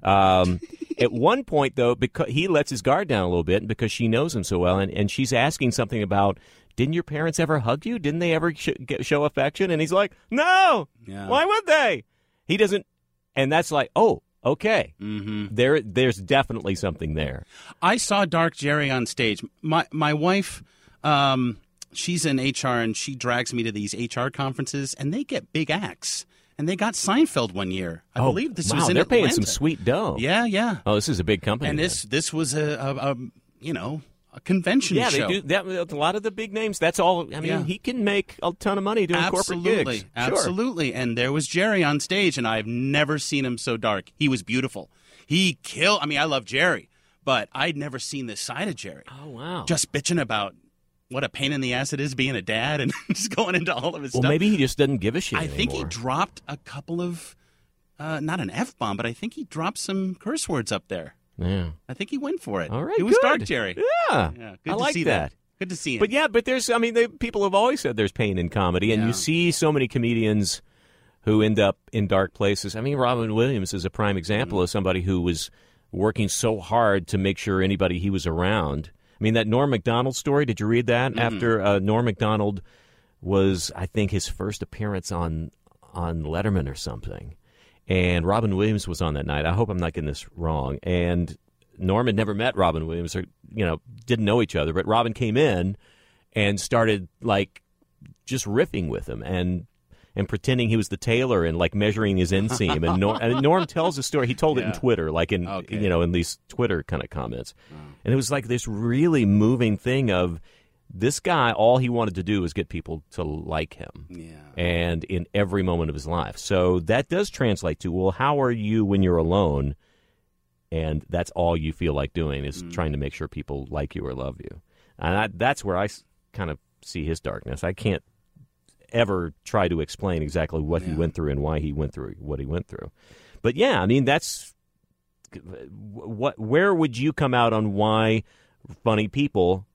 S1: Um, at one point, though, because he lets his guard down a little bit because she knows him so well, and, and she's asking something about, didn't your parents ever hug you? Didn't they ever sh- get- show affection? And he's like, no.
S2: Yeah.
S1: Why would they? He doesn't. And that's like, oh, okay.
S2: hmm
S1: There, there's definitely something there.
S2: I saw Dark Jerry on stage. My my wife, um, she's in HR, and she drags me to these HR conferences, and they get big acts. and they got Seinfeld one year. I believe this
S1: Oh, wow,
S2: was in
S1: they're paying some
S2: Atlanta.
S1: sweet dough.
S2: Yeah, yeah.
S1: Oh, this is a big company.
S2: and
S1: then.
S2: this this was a, a, a you know a convention
S1: Yeah,
S2: show.
S1: they do that. A lot of the big names. That's all. I mean,
S2: Yeah.
S1: he can make a ton of money doing corporate
S2: absolutely,
S1: gigs. Sure.
S2: absolutely. And there was Jerry on stage, and I've never seen him so dark. He was beautiful. He killed. I mean, I love Jerry, but I'd never seen this side of Jerry.
S1: Oh wow.
S2: Just bitching about what a pain in the ass it is being a dad, and just going into all of his
S1: well,
S2: stuff.
S1: maybe he just doesn't give a shit.
S2: I think he
S1: anymore.
S2: dropped a couple of, uh, not an f bomb, but I think he dropped some curse words up there.
S1: yeah.
S2: I think he went for it.
S1: All right.
S2: it was
S1: good.
S2: dark, Jerry.
S1: Yeah.
S2: Yeah, good
S1: I
S2: to
S1: like
S2: see
S1: that.
S2: that. Good to see him.
S1: But yeah, but there's. I mean, they, people have always said there's pain in comedy, and
S2: Yeah.
S1: you see so many comedians who end up in dark places. I mean, Robin Williams is a prime
S2: Mm-hmm.
S1: example of somebody who was working so hard to make sure anybody he was around. I mean, that Norm Macdonald story. Did you read that?
S2: Mm-hmm.
S1: After uh, Norm Macdonald was, I think, his first appearance on on Letterman or something, and Robin Williams was on that night. I hope I'm not getting this wrong. And Norm had never met Robin Williams, or you know, didn't know each other. But Robin came in and started like just riffing with him and and pretending he was the tailor and like measuring his inseam. And Norm, and Norm tells a story. He told it in Twitter, like in
S2: Okay.
S1: you know in these Twitter kind of comments. And it was like this really moving thing of this guy. All he wanted to do was get people to like him.
S2: yeah.
S1: And in every moment of his life. So that does translate to well, how are you when you're alone and that's all you feel like doing is trying to make sure people like you or love you. And I, that's where I s- kind of see his darkness. I can't ever try to explain exactly what he went through and why he went through what he went through. But yeah, I mean that's what where would you come out on why funny people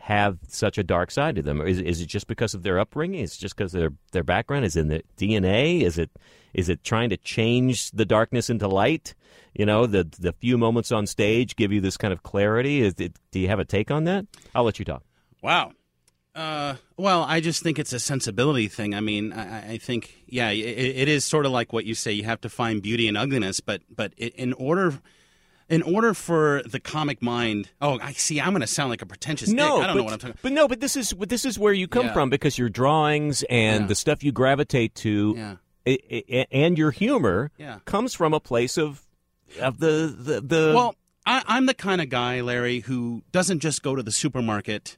S1: have such a dark side to them? Or Is, is it just because of their upbringing? Is it just because their their background is in the DNA? Is it is it trying to change the darkness into light? You know, the the few moments on stage give you this kind of clarity. Is it, do you have a take on that? I'll let you talk.
S2: Wow. Uh, well, I just think it's a sensibility thing. I mean, I, I- I think, yeah, i it is sort of like what you say. You have to find beauty in ugliness, but but i in order, in order for the comic mind. Oh, I see. I'm going to sound like a pretentious. dick. I don't
S1: but,
S2: know what I'm talking.
S1: But no, but this is this is where you come
S2: Yeah.
S1: from because your drawings and
S2: Yeah.
S1: the stuff you gravitate to,
S2: Yeah.
S1: i- i- and your humor
S2: Yeah.
S1: comes from a place of of the the, the
S2: Well, I, I'm the kind of guy, Larry, who doesn't just go to the supermarket,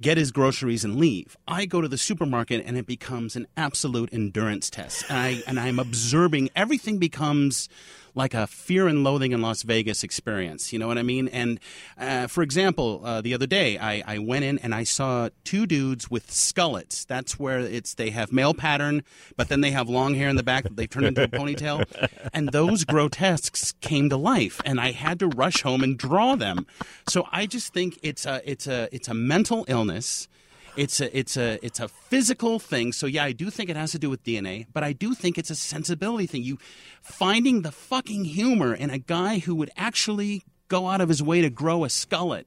S2: get his groceries, and leave. I go to the supermarket, and it becomes an absolute endurance test. And, I, and I'm observing everything becomes like a fear and loathing in Las Vegas experience. You know what I mean? And uh, for example, uh, the other day, I, I went in and I saw uh, two dudes with skullets. That's where it's they have male pattern, but then they have long hair in the back that they've turned into a ponytail. And those grotesques came to life, and I had to rush home and draw them. So I just think it's a it's a it's a mental illness. It's a it's a it's a physical thing. So yeah, I do think it has to do with DNA, but I do think it's a sensibility thing. You finding the fucking humor in a guy who would actually go out of his way to grow a skullet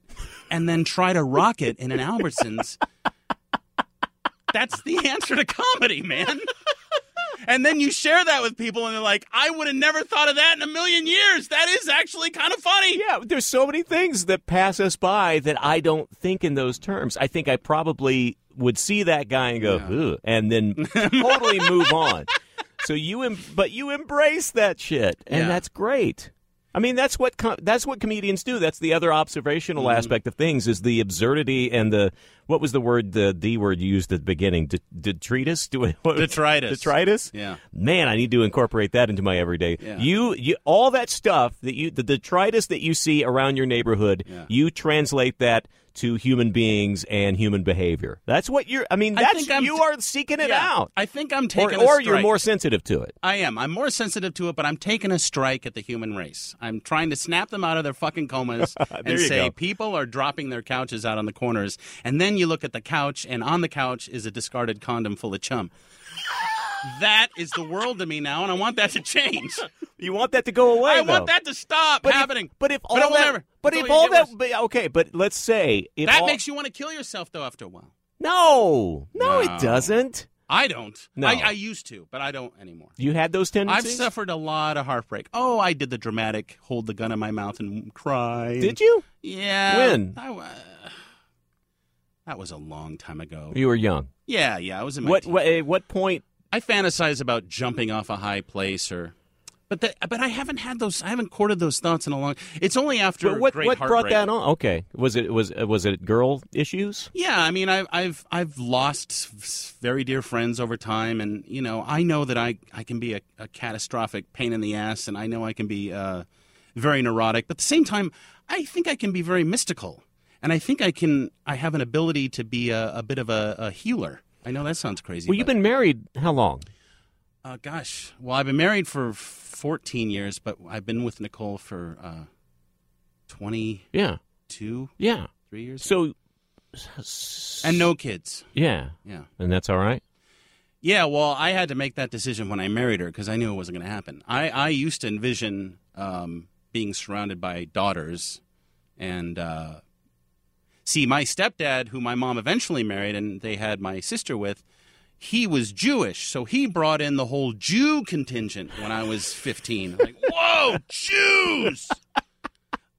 S2: and then try to rock it in an Albertsons. That's the answer to comedy, man. And then you share that with people, and they're like, "I would have never thought of that in a million years. That is actually kind of funny."
S1: Yeah, there's so many things that pass us by that I don't think in those terms. I think I probably would see that guy and go, "Ugh," and then totally move on. So you, em- but you embrace that shit, and
S2: Yeah.
S1: that's great. I mean, that's what com- that's what comedians do. That's the other observational
S2: Mm-hmm.
S1: aspect of things is the absurdity and the what was the word the D word you used at the beginning? De- detritus? Do I- what was-
S2: Detritus.
S1: Detritus?
S2: Yeah.
S1: man, I need to incorporate that into my everyday. You, you, all that stuff that you, the detritus that you see around your neighborhood, you translate that to human beings and human behavior. That's what you're. I mean,
S2: I
S1: that's
S2: think I'm
S1: you
S2: t-
S1: are seeking it
S2: Yeah.
S1: out,
S2: I think I'm
S1: or,
S2: taking. a
S1: or you're
S2: strike.
S1: more sensitive to it.
S2: I am. I'm more sensitive to it, but I'm taking a strike at the human race. I'm trying to snap them out of their fucking comas and
S1: you
S2: say
S1: go.
S2: people are dropping their couches out on the corners. And then you look at the couch, and on the couch is a discarded condom full of chum. that is the world to me now, and I want that to change.
S1: You want that to go away.
S2: I want
S1: though.
S2: that to stop
S1: but
S2: happening.
S1: If, but if all
S2: it will
S1: that,
S2: never.
S1: but
S2: It's
S1: if
S2: only
S1: all
S2: gonna
S1: that,
S2: get worse.
S1: but, okay, but let's say if
S2: that
S1: all-
S2: makes you want to kill yourself though after a while.
S1: no, no, it
S2: No.
S1: doesn't.
S2: I don't.
S1: No.
S2: I, I used to, but I don't anymore.
S1: You had those
S2: I've
S1: tendencies.
S2: suffered a lot of heartbreak. Oh, I did the dramatic, hold the gun in my mouth and cry. and-
S1: Did you?
S2: Yeah.
S1: When?
S2: I, wa- that was a long time ago.
S1: You were young.
S2: Yeah, yeah, I was in my
S1: What,
S2: teens.
S1: what at what point
S2: I fantasize about jumping off a high place or. But the, but I haven't had those. I haven't courted those thoughts in a long. It's only after
S1: But what
S2: great
S1: what brought
S2: heartbreak.
S1: that on? Okay, was it was was it girl issues?
S2: Yeah, I mean, I've I've I've lost s- very dear friends over time, and you know, I know that I I can be a, a catastrophic pain in the ass, and I know I can be uh, very neurotic, but at the same time, I think I can be very mystical, and I think I can I have an ability to be a, a bit of a, a healer. I know that sounds crazy.
S1: Well, you've
S2: but-
S1: been married how long?
S2: uh, gosh, well, I've been married for 14 years, but I've been with Nicole for uh, 22,
S1: Yeah, yeah.
S2: three years,
S1: So
S2: and no kids.
S1: yeah,
S2: Yeah.
S1: and that's all right.
S2: Yeah, well, I had to make that decision when I married her because I knew it wasn't going to happen. I, I used to envision um, being surrounded by daughters. And uh, see, my stepdad, who my mom eventually married and they had my sister with, he was Jewish. So he brought in the whole Jew contingent when I was 15. Like, whoa, Jews!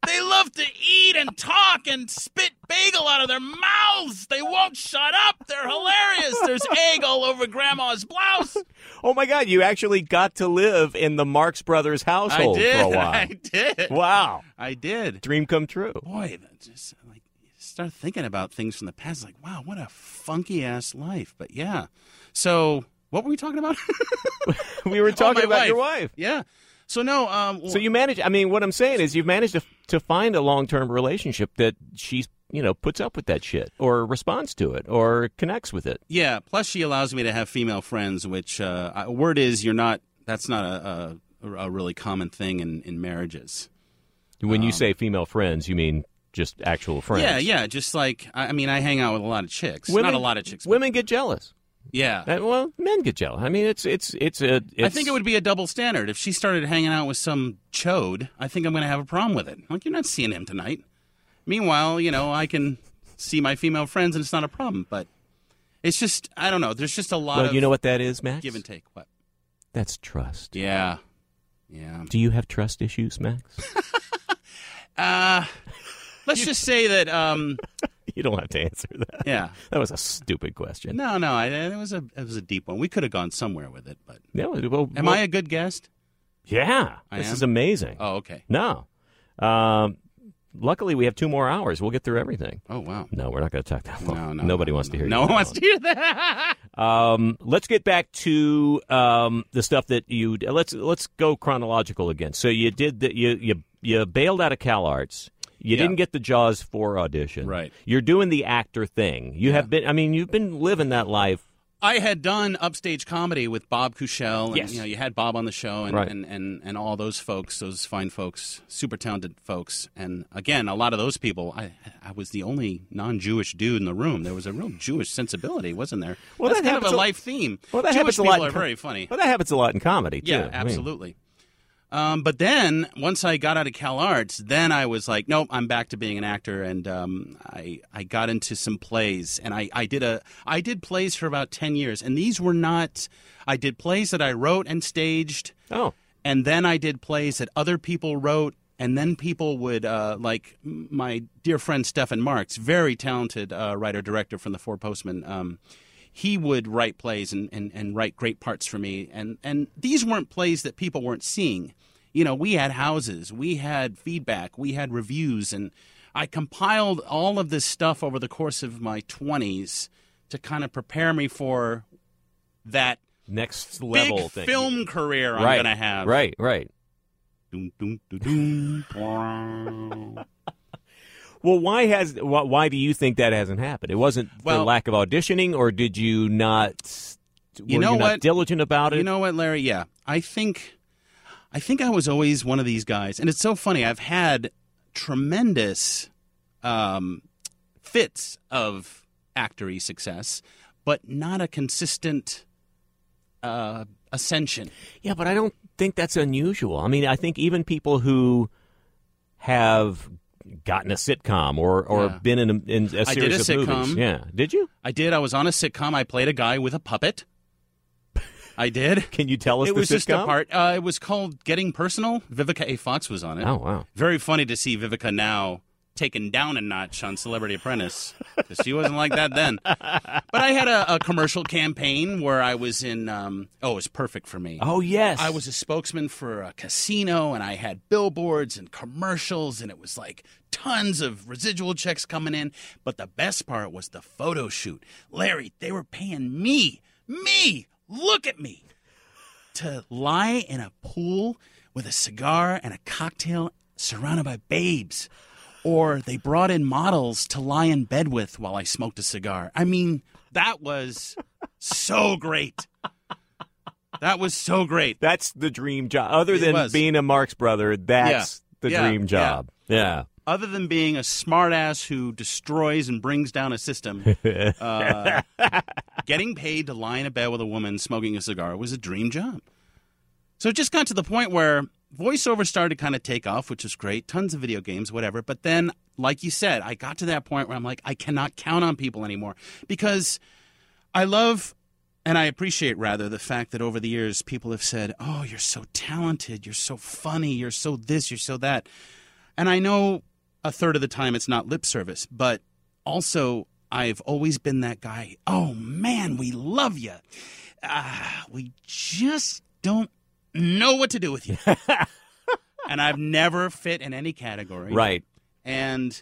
S2: They love to eat and talk and spit bagel out of their mouths. They won't shut up. They're hilarious. There's egg all over grandma's blouse.
S3: Oh my God! You actually got to live in the Marx Brothers
S2: I
S3: household
S2: did.
S3: for a while.
S2: I did.
S3: Wow,
S2: I did.
S3: dream come true.
S2: Boy, that just like you start thinking about things from the past. Like, wow, what a funky ass life. But yeah. So, what were we talking about?
S3: We were
S2: Oh, my
S3: talking about your wife.
S2: Yeah. So no. Um.
S1: So you manage. I mean, what I'm saying is, you've managed to to find a long term relationship that she's you know puts up with that shit or responds to it or connects with it.
S2: Yeah. Plus, she allows me to have female friends, which uh, I- word is you're not. That's not a a, a really common thing in in marriages.
S1: When you say female friends, you mean just actual friends.
S2: Yeah. Yeah. Just like I, I mean, I hang out with a lot of chicks.
S1: Women-
S2: not a lot of chicks. but-
S1: Women get jealous.
S2: yeah.
S1: Uh, well, men get jealous. I mean, it's it's it's a. It's,
S2: I think it would be a double standard. If she started hanging out with some chode, I think I'm going to have a problem with it. Like, you're not seeing him tonight. Meanwhile, you know, I can see my female friends and it's not a problem. But it's just, I don't know. There's just a lot
S1: Well,
S2: of
S1: you know what that is, Max.
S2: give and take. What?
S1: That's trust.
S2: Yeah. Yeah.
S1: Do you have trust issues, Max?
S2: Uh, let's just say that, um,
S1: you don't have to answer that.
S2: yeah.
S1: That was a stupid question.
S2: No, no, I, it, was a, it was a deep one. We could have gone somewhere with it, but.
S1: No, well,
S2: Am
S1: well-
S2: I a good guest?
S1: Yeah,
S2: I
S1: this
S2: am?
S1: is amazing.
S2: Oh, okay.
S1: No, um, luckily we have two more hours. We'll get through everything.
S2: Oh, wow.
S1: No, we're not going to talk that long.
S2: No, no.
S1: Nobody
S2: no,
S1: wants
S2: no.
S1: to hear.
S2: No
S1: you
S2: one
S1: that
S2: wants to hear that.
S1: long. Um, let's get back to um, the stuff that you. Let's let's go chronological again. So you did that. You you you bailed out of Cal Arts. You
S2: Yeah.
S1: didn't get the Jaws four audition.
S2: Right.
S1: You're doing the actor thing. You have been. I mean, you've been living that life.
S2: I had done upstage comedy with Bob Cushell. And,
S1: Yes.
S2: You know, you had Bob on the show and,
S1: Right.
S2: and, and, and all those folks, those fine folks, super talented folks. And again, a lot of those people, I, I was the only non Jewish dude in the room. There was a real Jewish sensibility, wasn't there?
S1: Well,
S2: That's
S1: that
S2: kind of
S1: happens
S2: a
S1: a-
S2: life theme.
S1: Well, that
S2: Jewish
S1: happens a
S2: people
S1: lot.
S2: are
S1: in com-
S2: very funny.
S1: Well, that happens a lot in comedy too. I
S2: Yeah,
S1: mean,
S2: absolutely. um, but then once I got out of Cal Arts, then I was like, nope, I'm back to being an actor, and um, I I got into some plays, and I, I did a I did plays for about ten years, and these were not I did plays that I wrote and staged,
S1: oh,
S2: and then I did plays that other people wrote, and then people would uh, like m- my dear friend Stefan Marks, very talented uh, writer director from the Four Postmen. Um, he would write plays and, and, and write great parts for me, and and these weren't plays that people weren't seeing. You know, we had houses, we had feedback, we had reviews, and I compiled all of this stuff over the course of my twenties to kind of prepare me for that
S1: next level
S2: big
S1: thing.
S2: film career I'm
S1: right.
S2: going to have.
S1: Right. Right.
S2: Doom, doom, doom, doom. Wow.
S1: Well, why has why, why do you think that hasn't happened? It wasn't for
S2: Well-
S1: lack of auditioning, or did you not? Were
S2: You know
S1: not
S2: what?
S1: Diligent about it.
S2: you know what, Larry? Yeah, I think, I think I was always one of these guys, and it's so funny. I've had tremendous um, fits of actory success, but not a consistent uh, ascension.
S1: yeah, but I don't think that's unusual. I mean, I think even people who have gotten a sitcom or or
S2: Yeah.
S1: been in a, in a series
S2: I did a
S1: of movies.
S2: sitcom.
S1: Yeah, did you?
S2: I did. I was on a sitcom. I played a guy with a puppet. I did.
S1: Can you tell us
S2: It
S1: the
S2: was
S1: sitcom?
S2: just a part. Uh, it was called Getting Personal. Vivica A. Fox was on it.
S1: Oh wow.
S2: Very funny to see Vivica now taken down a notch on Celebrity Apprentice. 'Cause she wasn't like that then. But I had a, a commercial campaign where I was in. Um, oh, it was perfect for me.
S1: Oh yes,
S2: I was a spokesman for a casino and I had billboards and commercials and it was like tons of residual checks coming in. But the best part was the photo shoot. Larry, they were paying me, me, look at me, to lie in a pool with a cigar and a cocktail surrounded by babes. Or they brought in models to lie in bed with while I smoked a cigar. I mean, that was so great. That was so great.
S3: That's the dream job. Other
S2: It
S3: than
S2: was.
S3: being a Marx brother, that's the
S2: Yeah.
S3: dream
S2: Yeah.
S3: job. Yeah.
S2: other than being a smartass who destroys and brings down a system, uh, getting paid to lie in a bed with a woman smoking a cigar was a dream job. So it just got to the point where voiceover started to kind of take off, which was great. Tons of video games, whatever. But then, like you said, I got to that point where I'm like, I cannot count on people anymore because I love and I appreciate rather the fact that over the years people have said, "Oh, you're so talented, you're so funny, you're so this, you're so that." And I know a third of the time it's not lip service, but also I've always been that guy. Oh man, we love you. Ah, we just don't know what to do with you. and I've never fit in any category.
S6: Right.
S2: And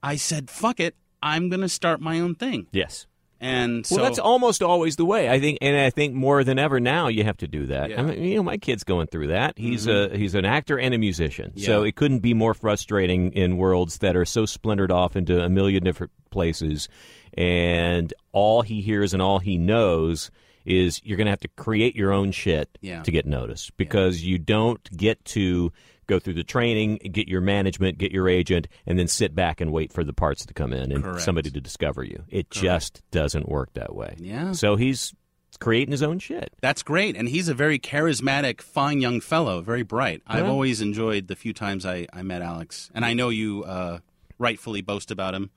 S2: I said, "Fuck it, I'm going to start my own thing."
S1: yes.
S2: And so
S1: well, that's almost always the way I think, and I think more than ever now you have to do that.
S2: Yeah. Mm-hmm.
S1: I mean, you know, my kid's going through that. He's a he's an actor and a musician, so
S2: Yeah.
S1: it couldn't be more frustrating in worlds that are so splintered off into a million different places, and all he hears and all he knows is you're going to have to create your own shit
S2: Yeah.
S1: to get noticed because you don't get to go through the training, get your management, get your agent, and then sit back and wait for the parts to come in and
S2: Correct.
S1: somebody to discover you. It just doesn't work that way.
S2: Yeah.
S1: So he's creating his own shit.
S2: That's great. And he's a very charismatic, fine young fellow, very bright. I've
S1: Yeah.
S2: always enjoyed the few times I, I met Alex. And I know you uh, rightfully boast about him.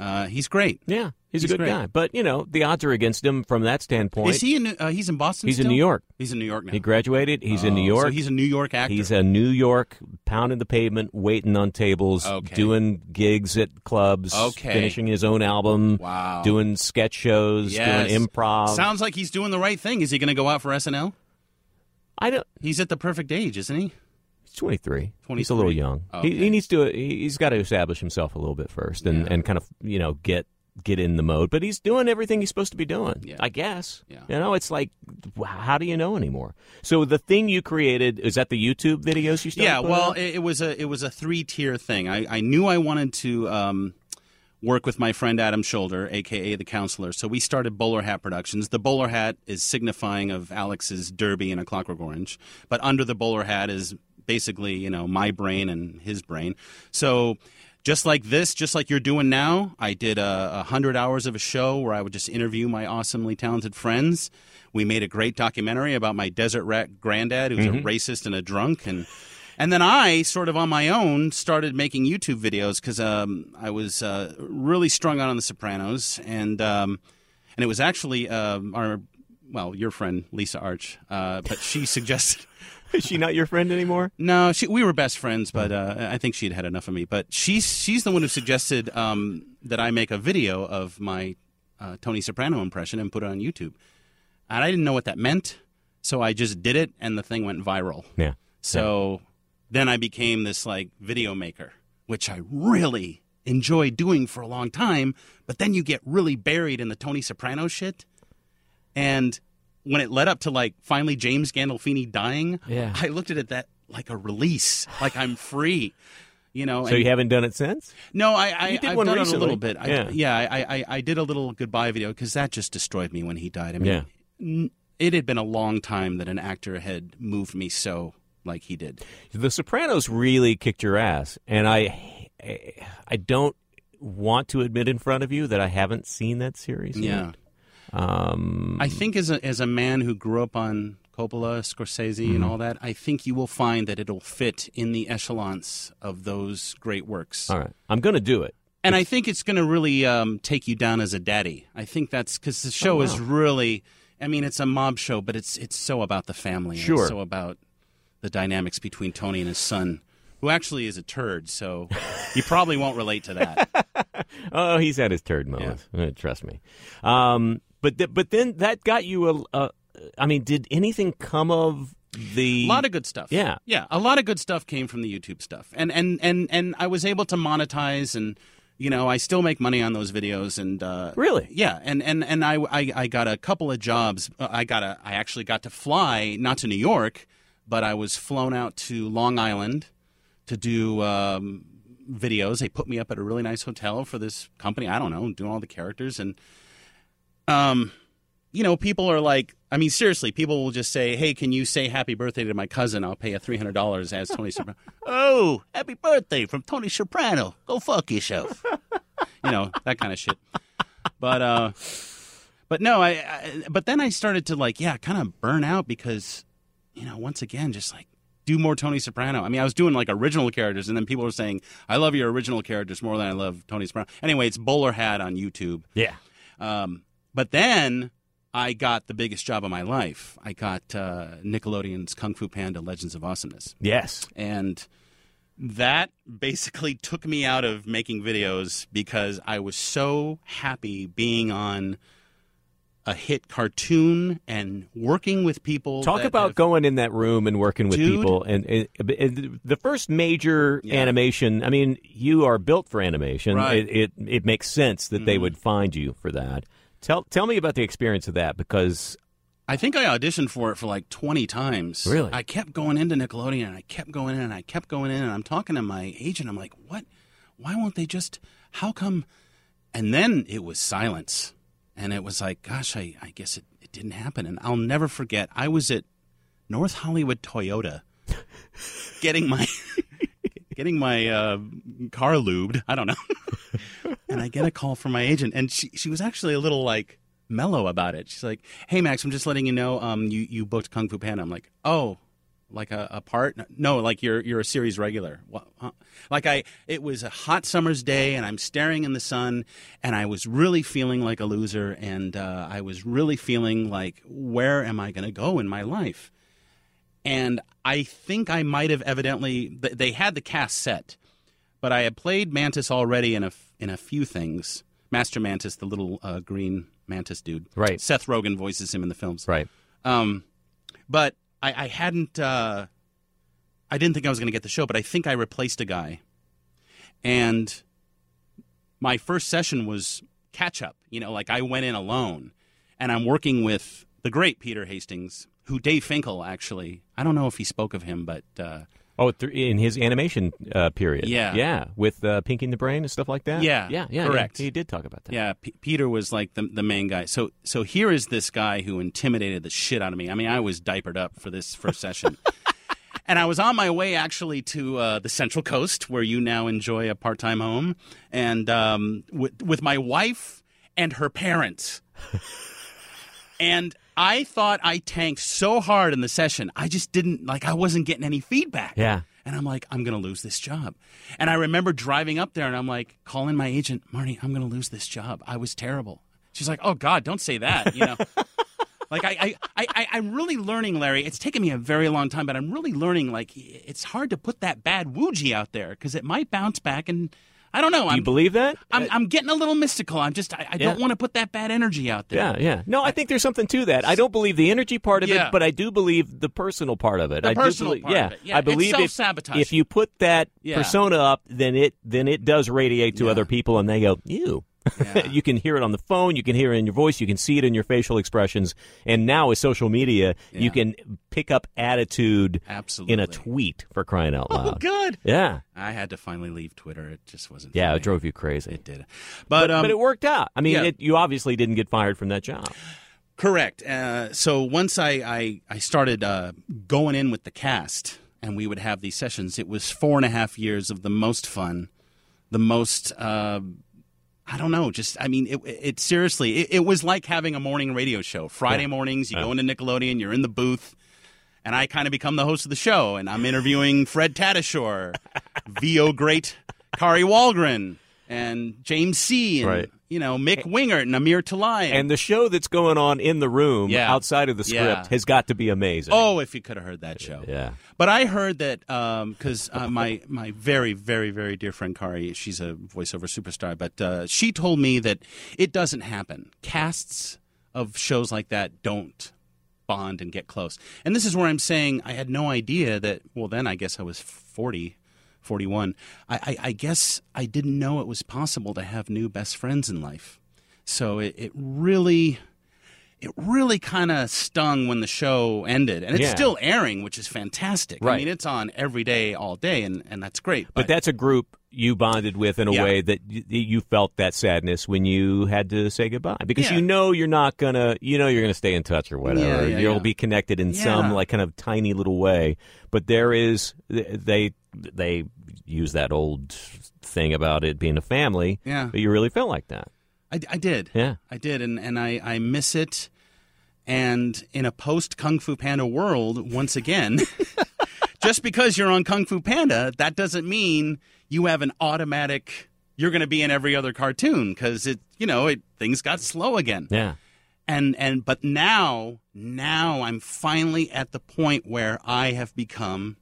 S2: Uh, he's great.
S1: Yeah. He's,
S2: He's
S1: a good
S2: great.
S1: guy. But, you know, the odds are against him from that standpoint.
S2: Is he in, uh, he's in Boston
S1: He's in
S2: still?
S1: New York.
S2: He's in New York now.
S1: He graduated. He's in New
S2: Oh,
S1: York.
S2: So he's a New York actor.
S1: He's a New York pounding the pavement, waiting on tables,
S2: Okay.
S1: doing gigs at clubs,
S2: Okay.
S1: finishing his own album,
S2: Wow.
S1: doing sketch shows,
S2: Yes.
S1: doing improv.
S2: Sounds like he's doing the right thing. Is he going to go out for SNL?
S1: I don't.
S2: He's at the perfect age, isn't he?
S1: He's 23. He's a little
S2: 23.
S1: young.
S2: Okay.
S1: He, he needs to. he- He's got to establish himself a little bit first, and, and kind of you know get get in the mode. But he's doing everything he's supposed to be doing.
S2: Yeah.
S1: I guess.
S2: Yeah.
S1: You know, it's like, wh- how do you know anymore? So the thing you created is that the YouTube videos you started.
S2: Yeah,
S1: putting
S2: well,
S1: out?
S2: it, it was a it was a three tier thing. I, I knew I wanted to um, work with my friend Adam Shoulder, aka the counselor. So we started Bowler Hat Productions. The bowler hat is signifying of Alex's derby and a Clockwork Orange, but under the bowler hat is basically you know my brain and his brain. So. Just like this, just like you're doing now, I did a, a hundred hours of a show where I would just interview my awesomely talented friends. We made a great documentary about my desert rat granddad, who's a racist and a drunk, and and then I, sort of on my own, started making YouTube videos because um, I was uh, really strung out on The Sopranos, and um, and it was actually um, our well, your friend Lisa Arch, uh, but she suggested.
S3: Is she not your friend anymore?
S2: No, she, we were best friends, but uh, I think she'd had enough of me. But she's she's the one who suggested um, that I make a video of my uh, Tony Soprano impression and put it on YouTube. And I didn't know what that meant, so I just did it, and the thing went viral.
S1: yeah.
S2: So then I became this like video maker, which I really enjoyed doing for a long time. But then you get really buried in the Tony Soprano shit. And when it led up to like finally James Gandolfini dying,
S1: Yeah.
S2: I looked at it that like a release, like I'm free. You know,
S1: So
S2: and-
S1: you haven't done it since.
S2: no, I, I
S1: You did
S2: I've
S1: one
S2: done it
S1: recently.
S2: a little bit. I,
S1: Yeah.
S2: yeah, I, I, I did a little goodbye video because that just destroyed me when he died. I mean,
S1: Yeah.
S2: n- it had been a long time that an actor had moved me so like he did.
S1: The Sopranos really kicked your ass, and I, I don't want to admit in front of you that I haven't seen that series.
S2: Yeah.
S1: Yet. Um.
S2: I think as a, as a man who grew up on Coppola, Scorsese,
S1: Mm-hmm.
S2: and all that, I think you will find that it'll fit in the echelons of those great works.
S1: All right. I'm going to do it.
S2: And I think it's going to really um, take you down as a daddy. I think that's because
S1: Oh,
S2: the show is really, I mean, it's a mob show, but it's it's so about the family. and
S1: Sure.
S2: It's so about the dynamics between Tony and his son, who actually is a turd. So You probably won't relate to that.
S1: Oh, he's had his turd moments. Uh, Trust me. Um, but th- but then that got you a, a. I mean, did anything come of the?
S2: A lot of good stuff.
S1: Yeah.
S2: yeah. A lot of good stuff came from the YouTube stuff, and and and and I was able to monetize, and you know, I still make money on those videos, and uh,
S1: Really?
S2: yeah, and and and I, I I got a couple of jobs. Uh, I got a I actually got to fly not to New York, but I was flown out to Long Island to do. Um, videos they put me up at a really nice hotel for this company i don't know doing all the characters and um, you know, people are like, I mean, seriously, people will just say, "Hey, can you say happy birthday to my cousin? I'll pay you three hundred dollars as Tony Soprano." oh, happy birthday from Tony Soprano! Go fuck yourself. you know that kind of shit. But uh, but no, I, I. But then I started to like, yeah, kind of burn out because, you know, once again, just like do more Tony Soprano. I mean, I was doing like original characters, and then people were saying, "I love your original characters more than I love Tony Soprano." Anyway, it's Bowler Hat on YouTube.
S1: yeah.
S2: Um, but then I got the biggest job of my life. I got uh, Nickelodeon's Kung Fu Panda Legends of Awesomeness.
S1: Yes.
S2: And that basically took me out of making videos because I was so happy being on a hit cartoon and working with people.
S1: Talk
S2: that
S1: about
S2: have-
S1: going in that room and working with
S2: Dude.
S1: people, and, and, and the first major
S2: Yeah.
S1: animation. I mean, you are built for animation.
S2: Right. Mm-hmm.
S1: It, it it makes sense that they would find you for that. Tell tell me about the experience of that because
S2: I think I auditioned for it for like 20 times.
S1: Really?
S2: I kept going into Nickelodeon and I kept going in and I kept going in and I'm talking to my agent. I'm like, what? Why won't they just, how come? And then it was silence. And it was like, gosh, I, I guess it, it didn't happen. And I'll never forget, I was at North Hollywood Toyota getting my. Getting my uh, car lubed, I don't know, and I get a call from my agent, and she she was actually a little like mellow about it. She's like, "Hey Max, I'm just letting you know, um, you you booked Kung Fu Panda." I'm like, "Oh, like a, a part? No, like you're you're a series regular." Wha- huh? Like I, it was a hot summer's day, and I'm staring in the sun, and I was really feeling like a loser, and uh, I was really feeling like, where am I going to go in my life? And I think I might have evidently th- they had the cast set but I had played Mantis already in a in a few things. Master Mantis, the little uh, green Mantis dude,
S1: Right.
S2: Seth Rogen voices him in the films,
S1: right.
S2: Um, but I, I hadn't. Uh, I didn't think I was going to get the show, but I think I replaced a guy, and my first session was catch up. You know, like I went in alone, and I'm working with the great Peter Hastings, who Dave Finkel actually. I don't know if he spoke of him, but. Uh,
S1: Oh, th- in his animation uh, period.
S2: Yeah.
S1: yeah, with uh, Pinking the Brain and stuff like that.
S2: Yeah,
S1: yeah, yeah.
S2: correct.
S1: He, he did talk about that.
S2: Yeah, P- Peter was like the the main guy. So so here is this guy who intimidated the shit out of me. I mean, I was diapered up for this first session. And I was on my way actually to uh, the Central Coast, where you now enjoy a part-time home, and um, with, with my wife and her parents. and I thought I tanked so hard in the session, I just didn't like. I wasn't getting any feedback.
S1: Yeah.
S2: And I'm like, I'm gonna lose this job. And I remember driving up there, and I'm like calling my agent, Marnie, I'm gonna lose this job. I was terrible. She's like, Oh God, don't say that. You know. Like I, I, I, I, I'm really learning, Larry. It's taken me a very long time, but I'm really learning. Like it's hard to put that bad wooji out there because it might bounce back, and I don't know.
S1: Do
S2: I'm,
S1: you believe that?
S2: I'm, I'm getting a little mystical. I'm just, I, I
S1: Yeah.
S2: don't want to put that bad energy out there.
S1: Yeah, yeah. No, I think there's something to that. I don't believe the energy part of
S2: Yeah.
S1: it, but I do believe the personal part of it.
S2: The
S1: I do
S2: personal
S1: believe-
S2: part
S1: yeah,
S2: of it. Yeah,
S1: I
S2: it's
S1: believe if,
S2: self-sabotaging.
S1: if you put that
S2: Yeah.
S1: persona up, then it then it does radiate to other people, and they go, "Ew." you can hear it on the phone. You can hear it in your voice. You can see it in your facial expressions. And now with social media, you can pick up attitude in
S2: Absolutely.
S1: a tweet for crying out loud.
S2: Oh, good.
S1: Yeah,
S2: I had to finally leave Twitter. It just wasn't.
S1: yeah.
S2: for
S1: It
S2: me.
S1: drove you crazy.
S2: It did. But, um,
S1: but it worked out. I mean,
S2: yeah.
S1: it, you obviously didn't get fired from that job.
S2: Correct. Uh, so once I I, I started uh, going in with the cast, and we would have these sessions. It was four and a half years of the most fun, the most. Uh, I don't know. Just I mean, it, it seriously. It, it was like having a morning radio show. Friday mornings, you go into Nickelodeon, you're in the booth, and I kind of become the host of the show, and I'm interviewing Fred Tatasciore, VO great Kari Walgren, and James C. and
S3: Right.
S2: you know Mick Winger and Amir Talai.
S1: And the show that's going on in the room
S2: Yeah.
S1: outside of the script
S2: Yeah.
S1: has got to be amazing.
S2: oh, if you could have heard that show.
S1: yeah.
S2: But I heard that because uh, my my very very very dear friend Kari, she's a voiceover superstar, but uh, she told me that it doesn't happen. Casts of shows like that don't bond and get close. And this is where I'm saying I had no idea that. Well, then I guess I was 40, 41. I, I, I guess I didn't know it was possible to have new best friends in life. So it, it really. It really kind of stung when the show ended, and it's
S1: Yeah.
S2: still airing, which is fantastic. I
S1: Right.
S2: mean, it's on every day, all day, and, and that's great.
S1: But that's a group you bonded with in a
S2: Yeah.
S1: way that y- you felt that sadness when you had to say goodbye because
S2: Yeah.
S1: you know you're not gonna you know you're gonna stay in touch or whatever.
S2: Yeah, yeah,
S1: You'll
S2: yeah.
S1: be connected in
S2: Yeah.
S1: some like kind of tiny little way. But there is they they use that old thing about it being a family.
S2: Yeah.
S1: But you really felt like that.
S2: I, I did.
S1: Yeah.
S2: I did, and, and I, I miss it. And in a post Kung Fu Panda world, once again, just because you're on Kung Fu Panda, that doesn't mean you have an automatic. You're going to be in every other cartoon because it, you know, it things got slow again
S1: Yeah.
S2: and and but now now I'm finally at the point where I have become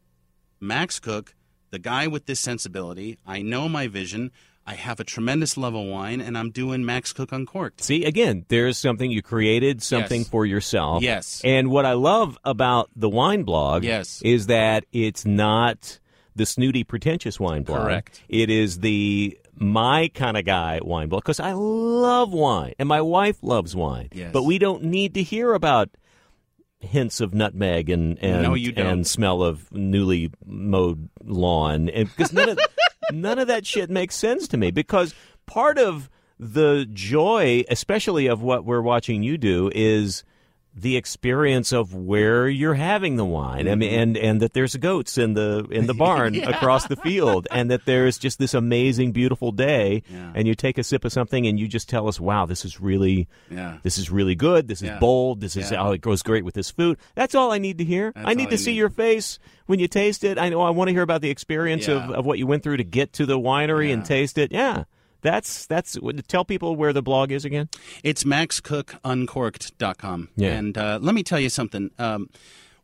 S2: Max Cook, the guy with this sensibility. I know my vision. I have a tremendous love of wine, and I'm doing Max Cook Uncorked.
S1: See, again, there's something you created something
S2: Yes.
S1: for yourself.
S2: Yes.
S1: And what I love about the wine blog
S2: Yes.
S1: is that it's not the snooty, pretentious wine blog.
S2: Correct.
S1: It is the my kind of guy wine blog because I love wine and my wife loves wine.
S2: Yes.
S1: But we don't need to hear about hints of nutmeg and and,
S2: No, you don't.
S1: and smell of newly mowed lawn and because none of none of that shit makes sense to me because part of the joy especially of what we're watching you do is the experience of where you're having the wine I mean,
S2: Mm-hmm.
S1: and and that there's goats in the in the barn across the field and that there's just this amazing beautiful day and you take a sip of something and you just tell us wow this is really
S2: Yeah.
S1: this is really good. This is
S2: Yeah.
S1: bold. This is
S2: Yeah.
S1: oh, it goes great with this food. That's all I need to hear. I
S2: all
S1: need to
S2: I
S1: see
S2: need.
S1: your face when you taste it. I know I want to hear about the experience of,
S2: Yeah.
S1: of what you went through to get to the winery and taste it. Yeah, that's that's tell people where the blog is again.
S2: It's maxcookuncorked.com.
S1: Yeah.
S2: And uh, let me tell you something. Um,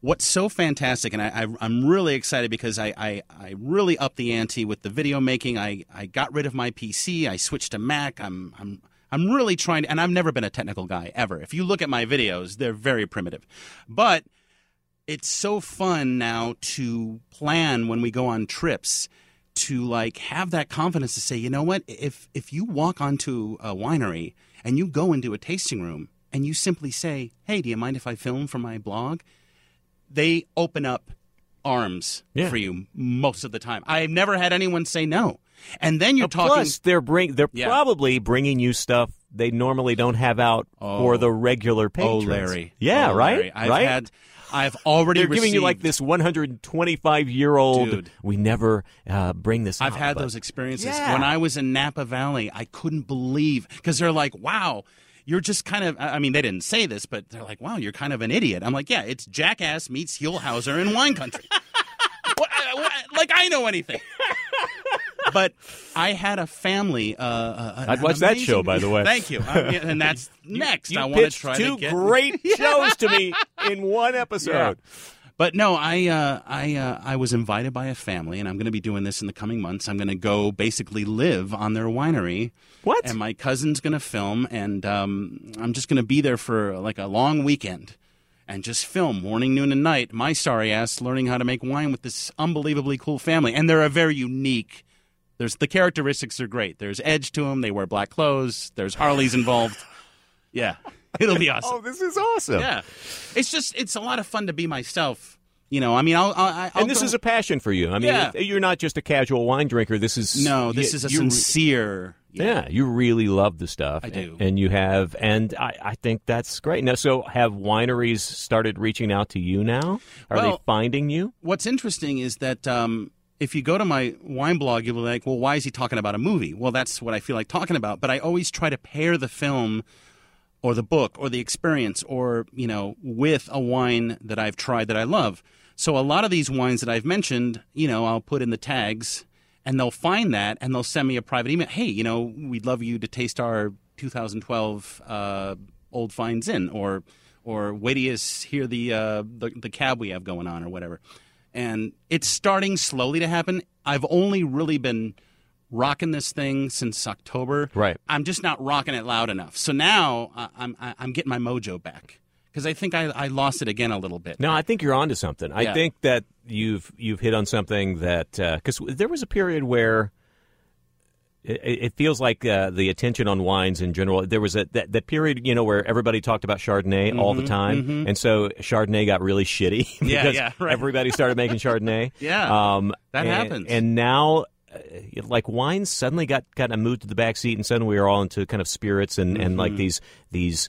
S2: what's so fantastic, and I, I, I'm really excited because I, I, I really upped the ante with the video making. I, I got rid of my PC. I switched to Mac. I'm, I'm, I'm really trying, to, and I've never been a technical guy ever. If you look at my videos, they're very primitive. But it's so fun now to plan when we go on trips to like have that confidence to say, you know what, if if you walk onto a winery and you go into a tasting room and you simply say, "Hey, do you mind if I film for my blog?" they open up arms
S1: Yeah.
S2: for you most of the time. I've never had anyone say no. And then you're talking
S1: Uh, Plus, they're bring they're
S2: Yeah.
S1: probably bringing you stuff they normally don't have out for the regular patrons.
S2: Oh, Larry.
S1: Yeah,
S2: Oh,
S1: right.
S2: Larry. I've
S1: right.
S2: had I've already
S1: they're giving you like
S2: received-
S1: this 125 year old.
S2: Dude.
S1: We never uh, bring this.
S2: I've
S1: out,
S2: had
S1: but-
S2: those experiences.
S1: Yeah.
S2: When I was in Napa Valley, I couldn't believe because they're like, wow, you're just kind of, I I mean, they didn't say this, but they're like, wow, you're kind of an idiot. I'm like, yeah, it's Jackass meets Hulhauser in wine country. what, I- what, I- like, I know anything. But I had a family. Uh, uh,
S1: I'd
S2: an
S1: watch that
S2: amazing-
S1: show, by the way.
S2: Thank you. I mean, and that's next.
S1: You
S2: I want to
S1: pitched
S2: try
S1: two
S2: to get
S1: great shows to me in one episode.
S2: But no, I uh, I uh, I was invited by a family, and I'm going to be doing this in the coming months. I'm going to go basically live on their winery.
S1: What?
S2: And my cousin's going to film, and um, I'm just going to be there for like a long weekend, and just film morning, noon, and night. My sorry ass learning how to make wine with this unbelievably cool family, and they're a very unique. There's the characteristics are great. There's edge to them. They wear black clothes. There's Harleys involved. yeah, it'll be awesome.
S3: Oh, this is awesome.
S2: Yeah, it's just it's a lot of fun to be myself. You know, I mean, I'll. I'll, I'll
S1: and this
S2: go-
S1: is a passion for you. I mean,
S2: Yeah.
S1: you're not just a casual wine drinker. This is
S2: no. This is a
S1: you-
S2: sincere.
S1: Yeah. you really love the stuff.
S2: I do.
S1: and you have, and I, I think that's great. Now, so have wineries started reaching out to you now? Are they
S2: Well-
S1: finding you?
S2: What's interesting is that um, if you go to my wine blog, you'll be like, "Well, why is he talking about a movie?" Well, that's what I feel like talking about. But I always try to pair the film. Or the book, or the experience, or you know, with a wine that I've tried that I love. So a lot of these wines that I've mentioned, you know, I'll put in the tags, and they'll find that and they'll send me a private email. Hey, you know, we'd love you to taste our 2012 uh, Old Fine Zin, or or wait till you s- hear the, uh, the the cab we have going on, or whatever. And it's starting slowly to happen. I've only really been rocking this thing since October.
S1: Right.
S2: I'm just not rocking it loud enough. So now I- I'm I- I'm getting my mojo back because I think I, I lost it again a little bit.
S1: No, I think you're onto something. I
S2: Yeah.
S1: think that you've you've hit on something that because there was a period where it, it feels like uh, the attention on wines in general. There was a that, that period you know where everybody talked about Chardonnay all the time, and so Chardonnay got really shitty because
S2: Mm-hmm, Yeah, yeah, right.
S1: everybody started making Chardonnay.
S2: Yeah,
S1: um,
S2: that
S1: and-
S2: happens.
S1: And now. uh, Like wines suddenly got kind of moved to the back seat, and suddenly we were all into kind of spirits and, and
S2: Mm-hmm.
S1: like these these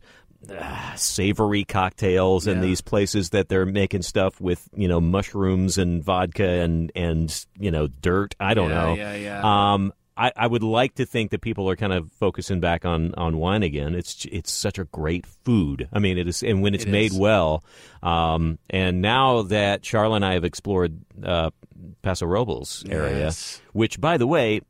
S1: savory cocktails and these places that they're making stuff with you know mushrooms and vodka and and you know dirt i don't
S2: Yeah,
S1: know
S2: yeah, yeah.
S1: um I, I would like to think that people are kind of focusing back on, on wine again. It's j- it's such a great food. I mean, it is, and when it's made well. Um, and now that Charla and I have explored uh, Paso Robles area,
S2: Yes.
S1: which, by the way,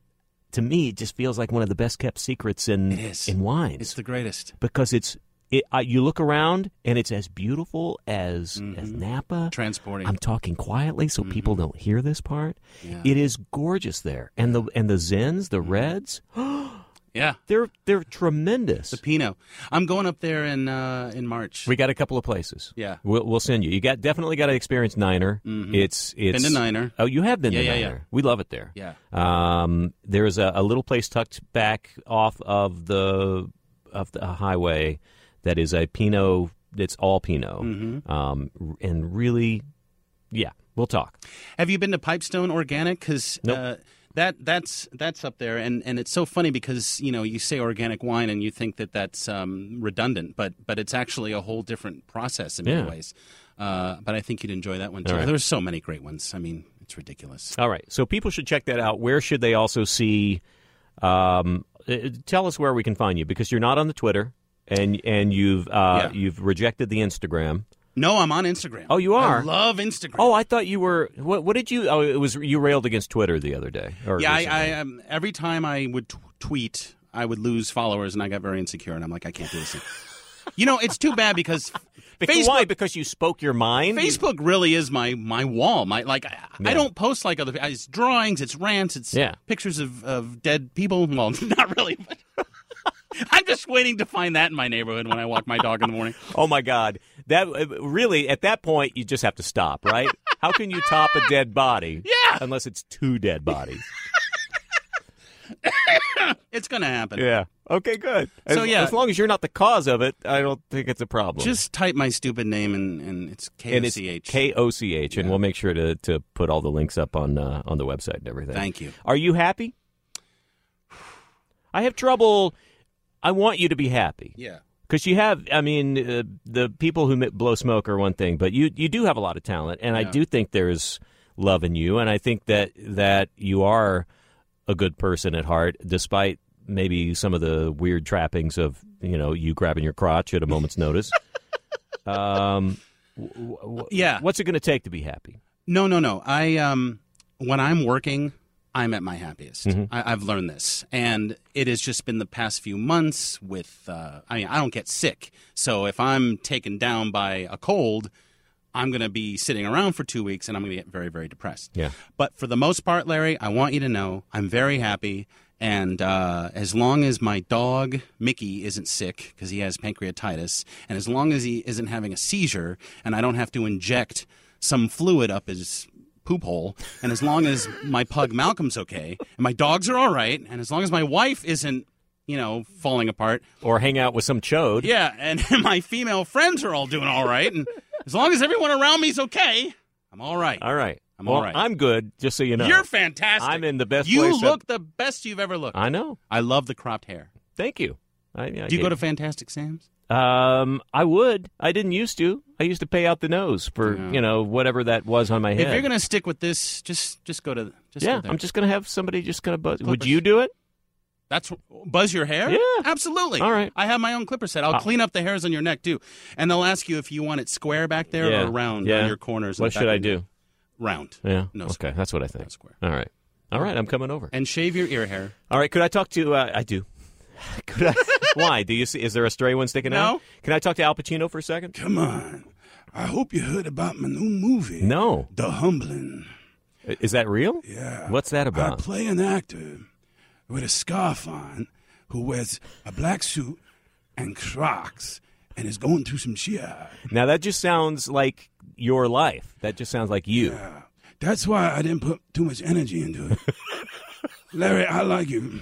S1: to me just feels like one of the best kept secrets in
S2: It is.
S1: in wines
S2: it's the greatest.
S1: because it's it, I, you look around and it's as beautiful as as Napa.
S2: Mm-hmm. Transporting. Mm-hmm.
S1: I'm talking quietly so people don't hear this part. It is gorgeous there, and the and the zins,
S2: Mm-hmm.
S1: the reds,
S2: yeah.
S1: they're they're tremendous.
S2: The Pinot. I'm going up there in uh, in March.
S1: we got a couple of places.
S2: Yeah. Mm-hmm.
S1: we'll, we'll send you. You got definitely got to experience Niner. It's it's
S2: to Niner.
S1: Oh, you have been to
S2: Yeah, yeah, yeah.
S1: Niner. We love it there.
S2: Yeah.
S1: Um, there is a, a little place tucked back off of the of the highway that is a Pinot. It's all Pinot, um, r- and really, yeah, we'll talk.
S2: Have you been to Pipestone Organic? Because
S1: Nope.
S2: uh, that that's that's up there, and, and it's so funny because you know you say organic wine and you think that that's um, redundant, but but it's actually a whole different process in
S1: Yeah.
S2: many ways. Uh, but I think you'd enjoy that one too. There's so many great ones. I mean, it's ridiculous.
S1: All right, so people should check that out. Where should they also see? Um, uh, tell us where we can find you because you're not on the Twitter, and and you've uh,
S2: Yeah.
S1: you've rejected the Instagram.
S2: No, I'm on Instagram.
S1: Oh, you are?
S2: I love Instagram.
S1: Oh, I thought you were. What, what did you? Oh, it was you railed against Twitter the other day. Or
S2: yeah. I,
S1: recently.
S2: I um, every time I would t- tweet, I would lose followers, and I got very insecure, and I'm like, I can't do this. Thing. you know, it's too bad because.
S1: Because, why? Because you spoke your mind.
S2: Facebook really is my my wall. My like, I,
S1: Yeah.
S2: I don't post like other. pe- It's drawings, it's rants, it's
S1: Yeah.
S2: pictures of, of dead people. Well, not really. But I'm just waiting to find that in my neighborhood when I walk my dog in the morning.
S1: Oh my God! That uh, really at that point you just have to stop, right? How can you top a dead body?
S2: Yeah.
S1: unless it's two dead bodies.
S2: It's gonna happen.
S1: yeah. Okay. Good. As,
S2: So, yeah.
S1: as long as you're not the cause of it, I don't think it's a problem.
S2: Just type my stupid name and and it's K
S1: and
S2: O
S1: it's
S2: C H.
S1: K O C H, and we'll make sure to, to put all the links up on uh, on the website and everything.
S2: Thank you.
S1: Are you happy? I have trouble. I want you to be happy.
S2: Yeah.
S1: Because you have, I mean, uh, the people who mi- blow smoke are one thing, but you you do have a lot of talent, and I do think there's love in you, and I think that that you are a good person at heart, despite maybe some of the weird trappings of you know you grabbing your crotch at a moment's notice. um, w- w-
S2: Yeah.
S1: what's it going to take to be happy?
S2: No, no, no. I um when I'm working, I'm at my happiest. I, I've learned this, and it has just been the past few months. With uh, I mean, I don't get sick, so if I'm taken down by a cold, I'm going to be sitting around for two weeks, and I'm going to get very, very depressed.
S1: Yeah.
S2: But for the most part, Larry, I want you to know I'm very happy. And uh, as long as my dog, Mickey, isn't sick because he has pancreatitis, and as long as he isn't having a seizure and I don't have to inject some fluid up his poop hole, and as long as my pug Malcolm's okay, and my dogs are all right, and as long as my wife isn't, you know, falling apart,
S1: Or hang out with some chode?
S2: yeah, and my female friends are all doing all right, and as long as everyone around me's okay, I'm all right.
S1: All right.
S2: I'm
S1: well,
S2: all right.
S1: I'm good. Just so you know,
S2: You're fantastic.
S1: I'm in the best
S2: You
S1: place I've-
S2: look the best you've ever looked.
S1: I know.
S2: I love the cropped hair.
S1: Thank you. I, I
S2: Do you go to Fantastic Sam's?
S1: Um, I would. I didn't used to. I used to pay out the nose for
S2: Yeah.
S1: you know whatever that was on my head.
S2: If you're gonna stick with this, just just go to just
S1: yeah,
S2: Go there.
S1: I'm just gonna have somebody just gonna buzz. Would
S2: Clippers.
S1: you do it?
S2: That's buzz your hair.
S1: Yeah.
S2: absolutely.
S1: All right. Uh,
S2: I have my own clipper set. I'll clean up the hairs on your neck too, and they'll ask you if you want it square back there
S1: yeah.
S2: or round
S1: yeah.
S2: on your corners. and
S1: What
S2: back
S1: should I
S2: of your-
S1: do?
S2: Round.
S1: Yeah.
S2: No
S1: okay,
S2: square.
S1: that's what I think.
S2: square.
S1: All right. All right, I'm coming over.
S2: and shave your ear hair.
S1: All right, could I talk to? Uh, I do. Could I? why do you see? Is there a stray one sticking
S2: No.
S1: out? Can I talk to Al Pacino for a second?
S5: Come on. I hope you heard about my new movie.
S1: No.
S5: The Humbling.
S1: I- Is that real?
S5: Yeah.
S1: What's that
S5: I
S1: about?
S5: play an actor with a scarf on who wears a black suit and Crocs and is going through some shit.
S1: now that just sounds like your life. That just sounds like you.
S5: That's why I didn't put too much energy into it. Larry, I like you.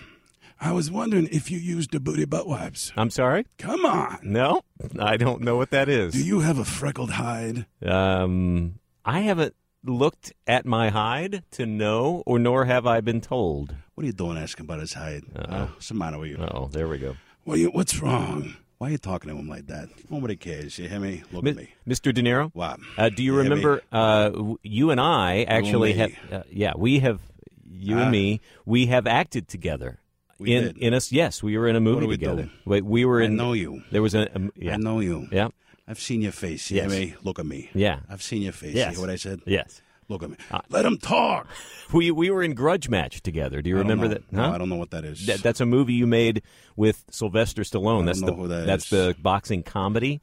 S5: I was wondering if you used the booty butt wipes.
S1: I'm sorry.
S5: Come on.
S1: No, I don't know what that
S5: Do
S1: is.
S5: you have a freckled hide?
S1: Um, I haven't looked at my hide to know, or nor have I been told.
S5: What are you doing asking about his hide?
S1: Uh-huh.
S5: Uh, what's the matter with you?
S1: Oh, there we go.
S5: What you what's wrong? Why are you talking to him like that? Nobody cares. You hear me? Look
S1: Mi-
S5: at me.
S1: Mr. De Niro.
S5: Wow.
S1: Uh, do you
S5: hear me?
S1: remember? Uh, w- you and I actually
S5: me. Ah.
S1: have. Uh, yeah, we have. You and me, we have acted together.
S5: We
S1: in
S5: did.
S1: in us, yes, we were in a movie
S5: do we
S1: together.
S5: do?
S1: Wait, we were
S5: I
S1: in.
S5: know you.
S1: There was a. Um, yeah,
S5: I know you.
S1: Yeah,
S5: I've seen your face. You
S1: Yes.
S5: hear me? Look at me.
S1: Yeah.
S5: I've seen your face.
S1: Yes. Uh,
S5: You hear what I said?
S1: yes.
S5: Look at me. Let him talk.
S1: We we were in Grudge Match together. Do you
S5: I don't
S1: remember
S5: know.
S1: that?
S5: No,
S1: huh?
S5: I don't know what that is.
S1: That, that's a movie you made with Sylvester Stallone. that's
S5: know
S1: the
S5: who that
S1: that's
S5: is.
S1: the boxing comedy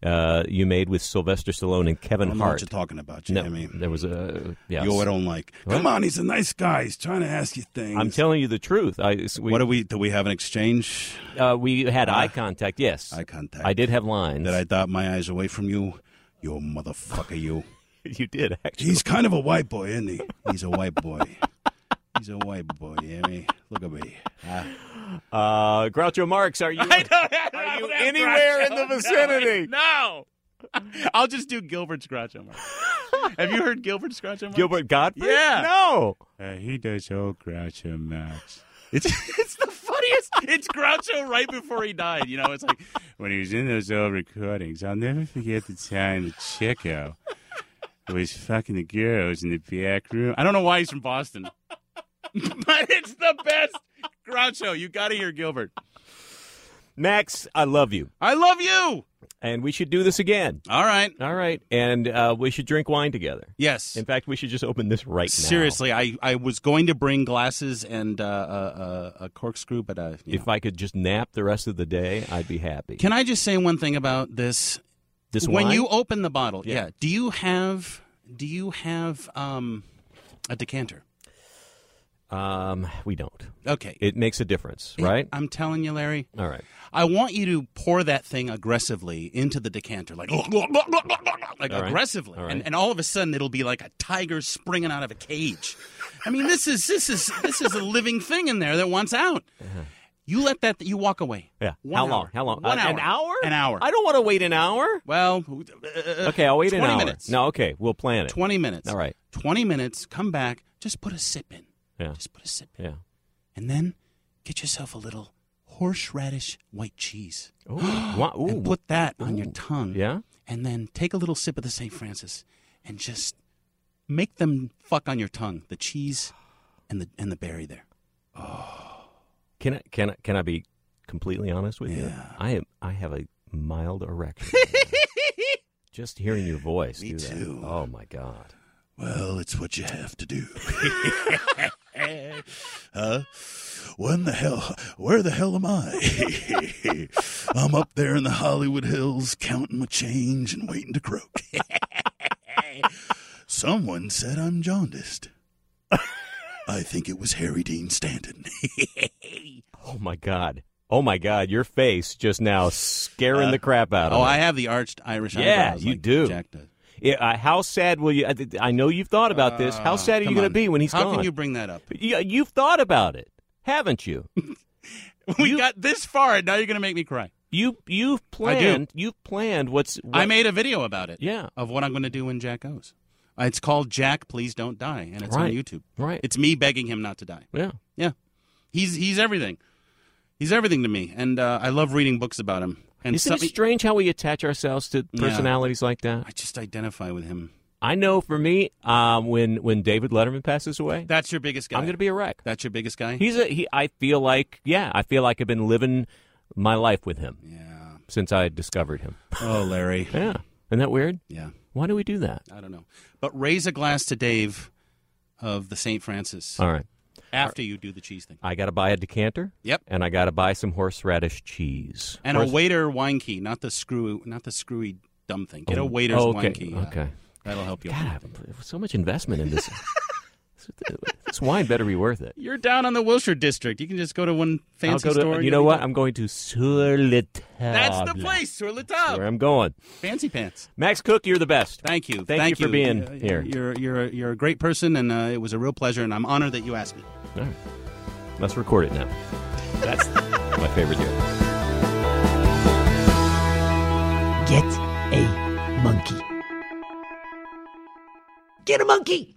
S1: uh, you made with Sylvester Stallone and
S5: I
S1: Kevin
S5: don't know what
S1: Hart.
S5: you're talking about. You
S1: no,
S5: hear me?
S1: there was a yeah.
S5: You I don't like. Come on, he's a nice guy. He's trying to ask you things.
S1: I'm telling you the truth. I we,
S5: What do we? Do we have an exchange?
S1: uh, we had eye contact. Yes,
S5: Eye contact.
S1: I did have lines.
S5: Did I dot my eyes away from you? You motherfucker, you.
S1: you did actually.
S5: He's kind of a white boy, isn't he? He's a white boy. He's a white boy. You hear me? Look at me. Ah.
S1: Uh, Groucho Marx, are you?
S3: Are you anywhere in the vicinity?
S2: No. I'll just do Gilbert's Groucho Marx. Have you heard Gilbert's Groucho Marx?
S1: Gilbert Godfrey?
S2: Yeah.
S1: No.
S4: Uh, he does old Groucho Marx.
S2: It's, it's the funniest. It's Groucho right before he died. You know, it's like,
S4: When he was in those old recordings, I'll never forget the time that Chico was fucking the girls in the back room.
S2: I don't know why he's from Boston, but it's the best Groucho. You got to hear Gilbert.
S1: Max, I love you,
S2: I love you.
S1: and we should do this again.
S2: All right.
S1: All right, and uh, we should drink wine together.
S2: Yes.
S1: In fact, we should just open this right now.
S2: Seriously, I, I was going to bring glasses and uh, a, a, a corkscrew, but uh, you
S1: If I could just nap the rest of the day, I'd be happy.
S2: Can I just say one thing about this?
S1: this
S2: when
S1: wine?
S2: you open the bottle,
S1: Yeah.
S2: yeah. Do you have do you have um a decanter?
S1: um, we don't.
S2: Okay.
S1: It makes a difference, right?
S2: I'm telling you, Larry.
S1: All right.
S2: I want you to pour that thing aggressively into the decanter, like like
S1: All right.
S2: aggressively,
S1: All right.
S2: and, and all of a sudden it'll be like a tiger springing out of a cage. I mean, this is this is this is a living thing in there that wants out. You let that you walk away.
S1: Yeah.
S2: One
S1: How
S2: hour.
S1: long? How long?
S2: One
S1: Uh,
S2: hour.
S1: An hour?
S2: An hour.
S1: I don't want to wait an hour.
S2: Well, uh,
S1: Okay, I'll wait an
S2: 20
S1: hour.
S2: minutes.
S1: No, okay, we'll plan it.
S2: 20 minutes.
S1: All right.
S2: 20 minutes, come back, just put a sip in.
S1: Yeah.
S2: Just put a sip in.
S1: Yeah.
S2: And then get yourself a little horseradish white cheese.
S1: Ooh, wa- ooh.
S2: And put that on
S1: Ooh.
S2: your tongue.
S1: Yeah?
S2: And then take a little sip of the St. Francis and just make them fuck on your tongue, the cheese and the and the berry there.
S1: Can I can I can I be completely honest with you?
S5: Yeah.
S1: I am I have a mild erection. right now. Just hearing your voice
S5: Me
S1: do that.
S5: too.
S1: Oh my god.
S5: Well, it's what you have to do. huh? When the hell? Where the hell am I? I'm up there in the Hollywood Hills counting my change and waiting to croak. Someone said I'm jaundiced. I think it was Harry Dean Stanton.
S1: Oh my god. Oh my god, your face just now scaring the crap out of
S2: Oh,
S1: me.
S2: I have the arched Irish
S1: Yeah,
S2: eyebrows.
S1: you
S2: like
S1: do.
S2: Jack does.
S1: Yeah, uh, how sad will you I, th- I know you've thought about this. How sad are you
S2: Uh, Come
S1: going
S2: on.
S1: to be when he's
S2: How
S1: gone?
S2: can you bring that up?
S1: You, you've thought about it, haven't you?
S2: We got this far, and now you're going to make me cry.
S1: You you've
S2: I do.
S1: planned you've planned what's what,
S2: I made a video about it.
S1: Yeah.
S2: Of what I'm going to do when Jack goes. Uh, It's called Jack Please Don't Die, and it's on
S1: Right.
S2: YouTube.
S1: Right.
S2: It's me begging him not to die.
S1: yeah.
S2: Yeah. He's he's everything. He's everything to me, and uh, I love reading books about him. And
S1: Isn't
S2: something-
S1: it strange how we attach ourselves to
S2: Yeah.
S1: personalities like that?
S2: I just identify with him.
S1: I know for me, um, when when David Letterman passes away,
S2: That's your biggest guy.
S1: I'm going to be a wreck.
S2: That's your biggest guy.
S1: He's a he. I feel like yeah, I feel like I've been living my life with him
S2: yeah.
S1: since I discovered him.
S2: Oh, Larry.
S1: Yeah, isn't that weird?
S2: yeah.
S1: Why do we do that?
S2: I don't know, but raise a glass to Dave of the Saint Francis.
S1: All right,
S3: after you do the cheese thing.
S1: I got to buy a decanter.
S3: Yep.
S1: And I got to buy some horseradish cheese.
S3: And a waiter wine key, not the screw, not the screwy dumb thing. Get a waiter's
S1: Oh,
S3: wine
S1: okay.
S3: key. Yeah.
S1: Okay.
S3: that'll help you.
S1: God, I've- so much investment in this. this wine better be worth it.
S3: You're down on the Wilshire district. You can just go to one
S1: I'll
S3: fancy
S1: go to-
S3: store. and
S1: you
S3: get
S1: know
S3: it
S1: what?
S3: done.
S1: I'm going to Sur le Table.
S3: That's the place. Sur le
S1: That's Where
S3: table.
S1: I'm going.
S3: Fancy pants.
S1: Max Cook, you're the best.
S3: Thank you.
S1: Thank you for being
S3: Uh,
S1: here.
S3: You're you're you're a great person, and uh, it was a real pleasure. And I'm honored that you asked me.
S1: All right. Let's record it now. That's my favorite deal.
S7: Get a monkey. Get a monkey!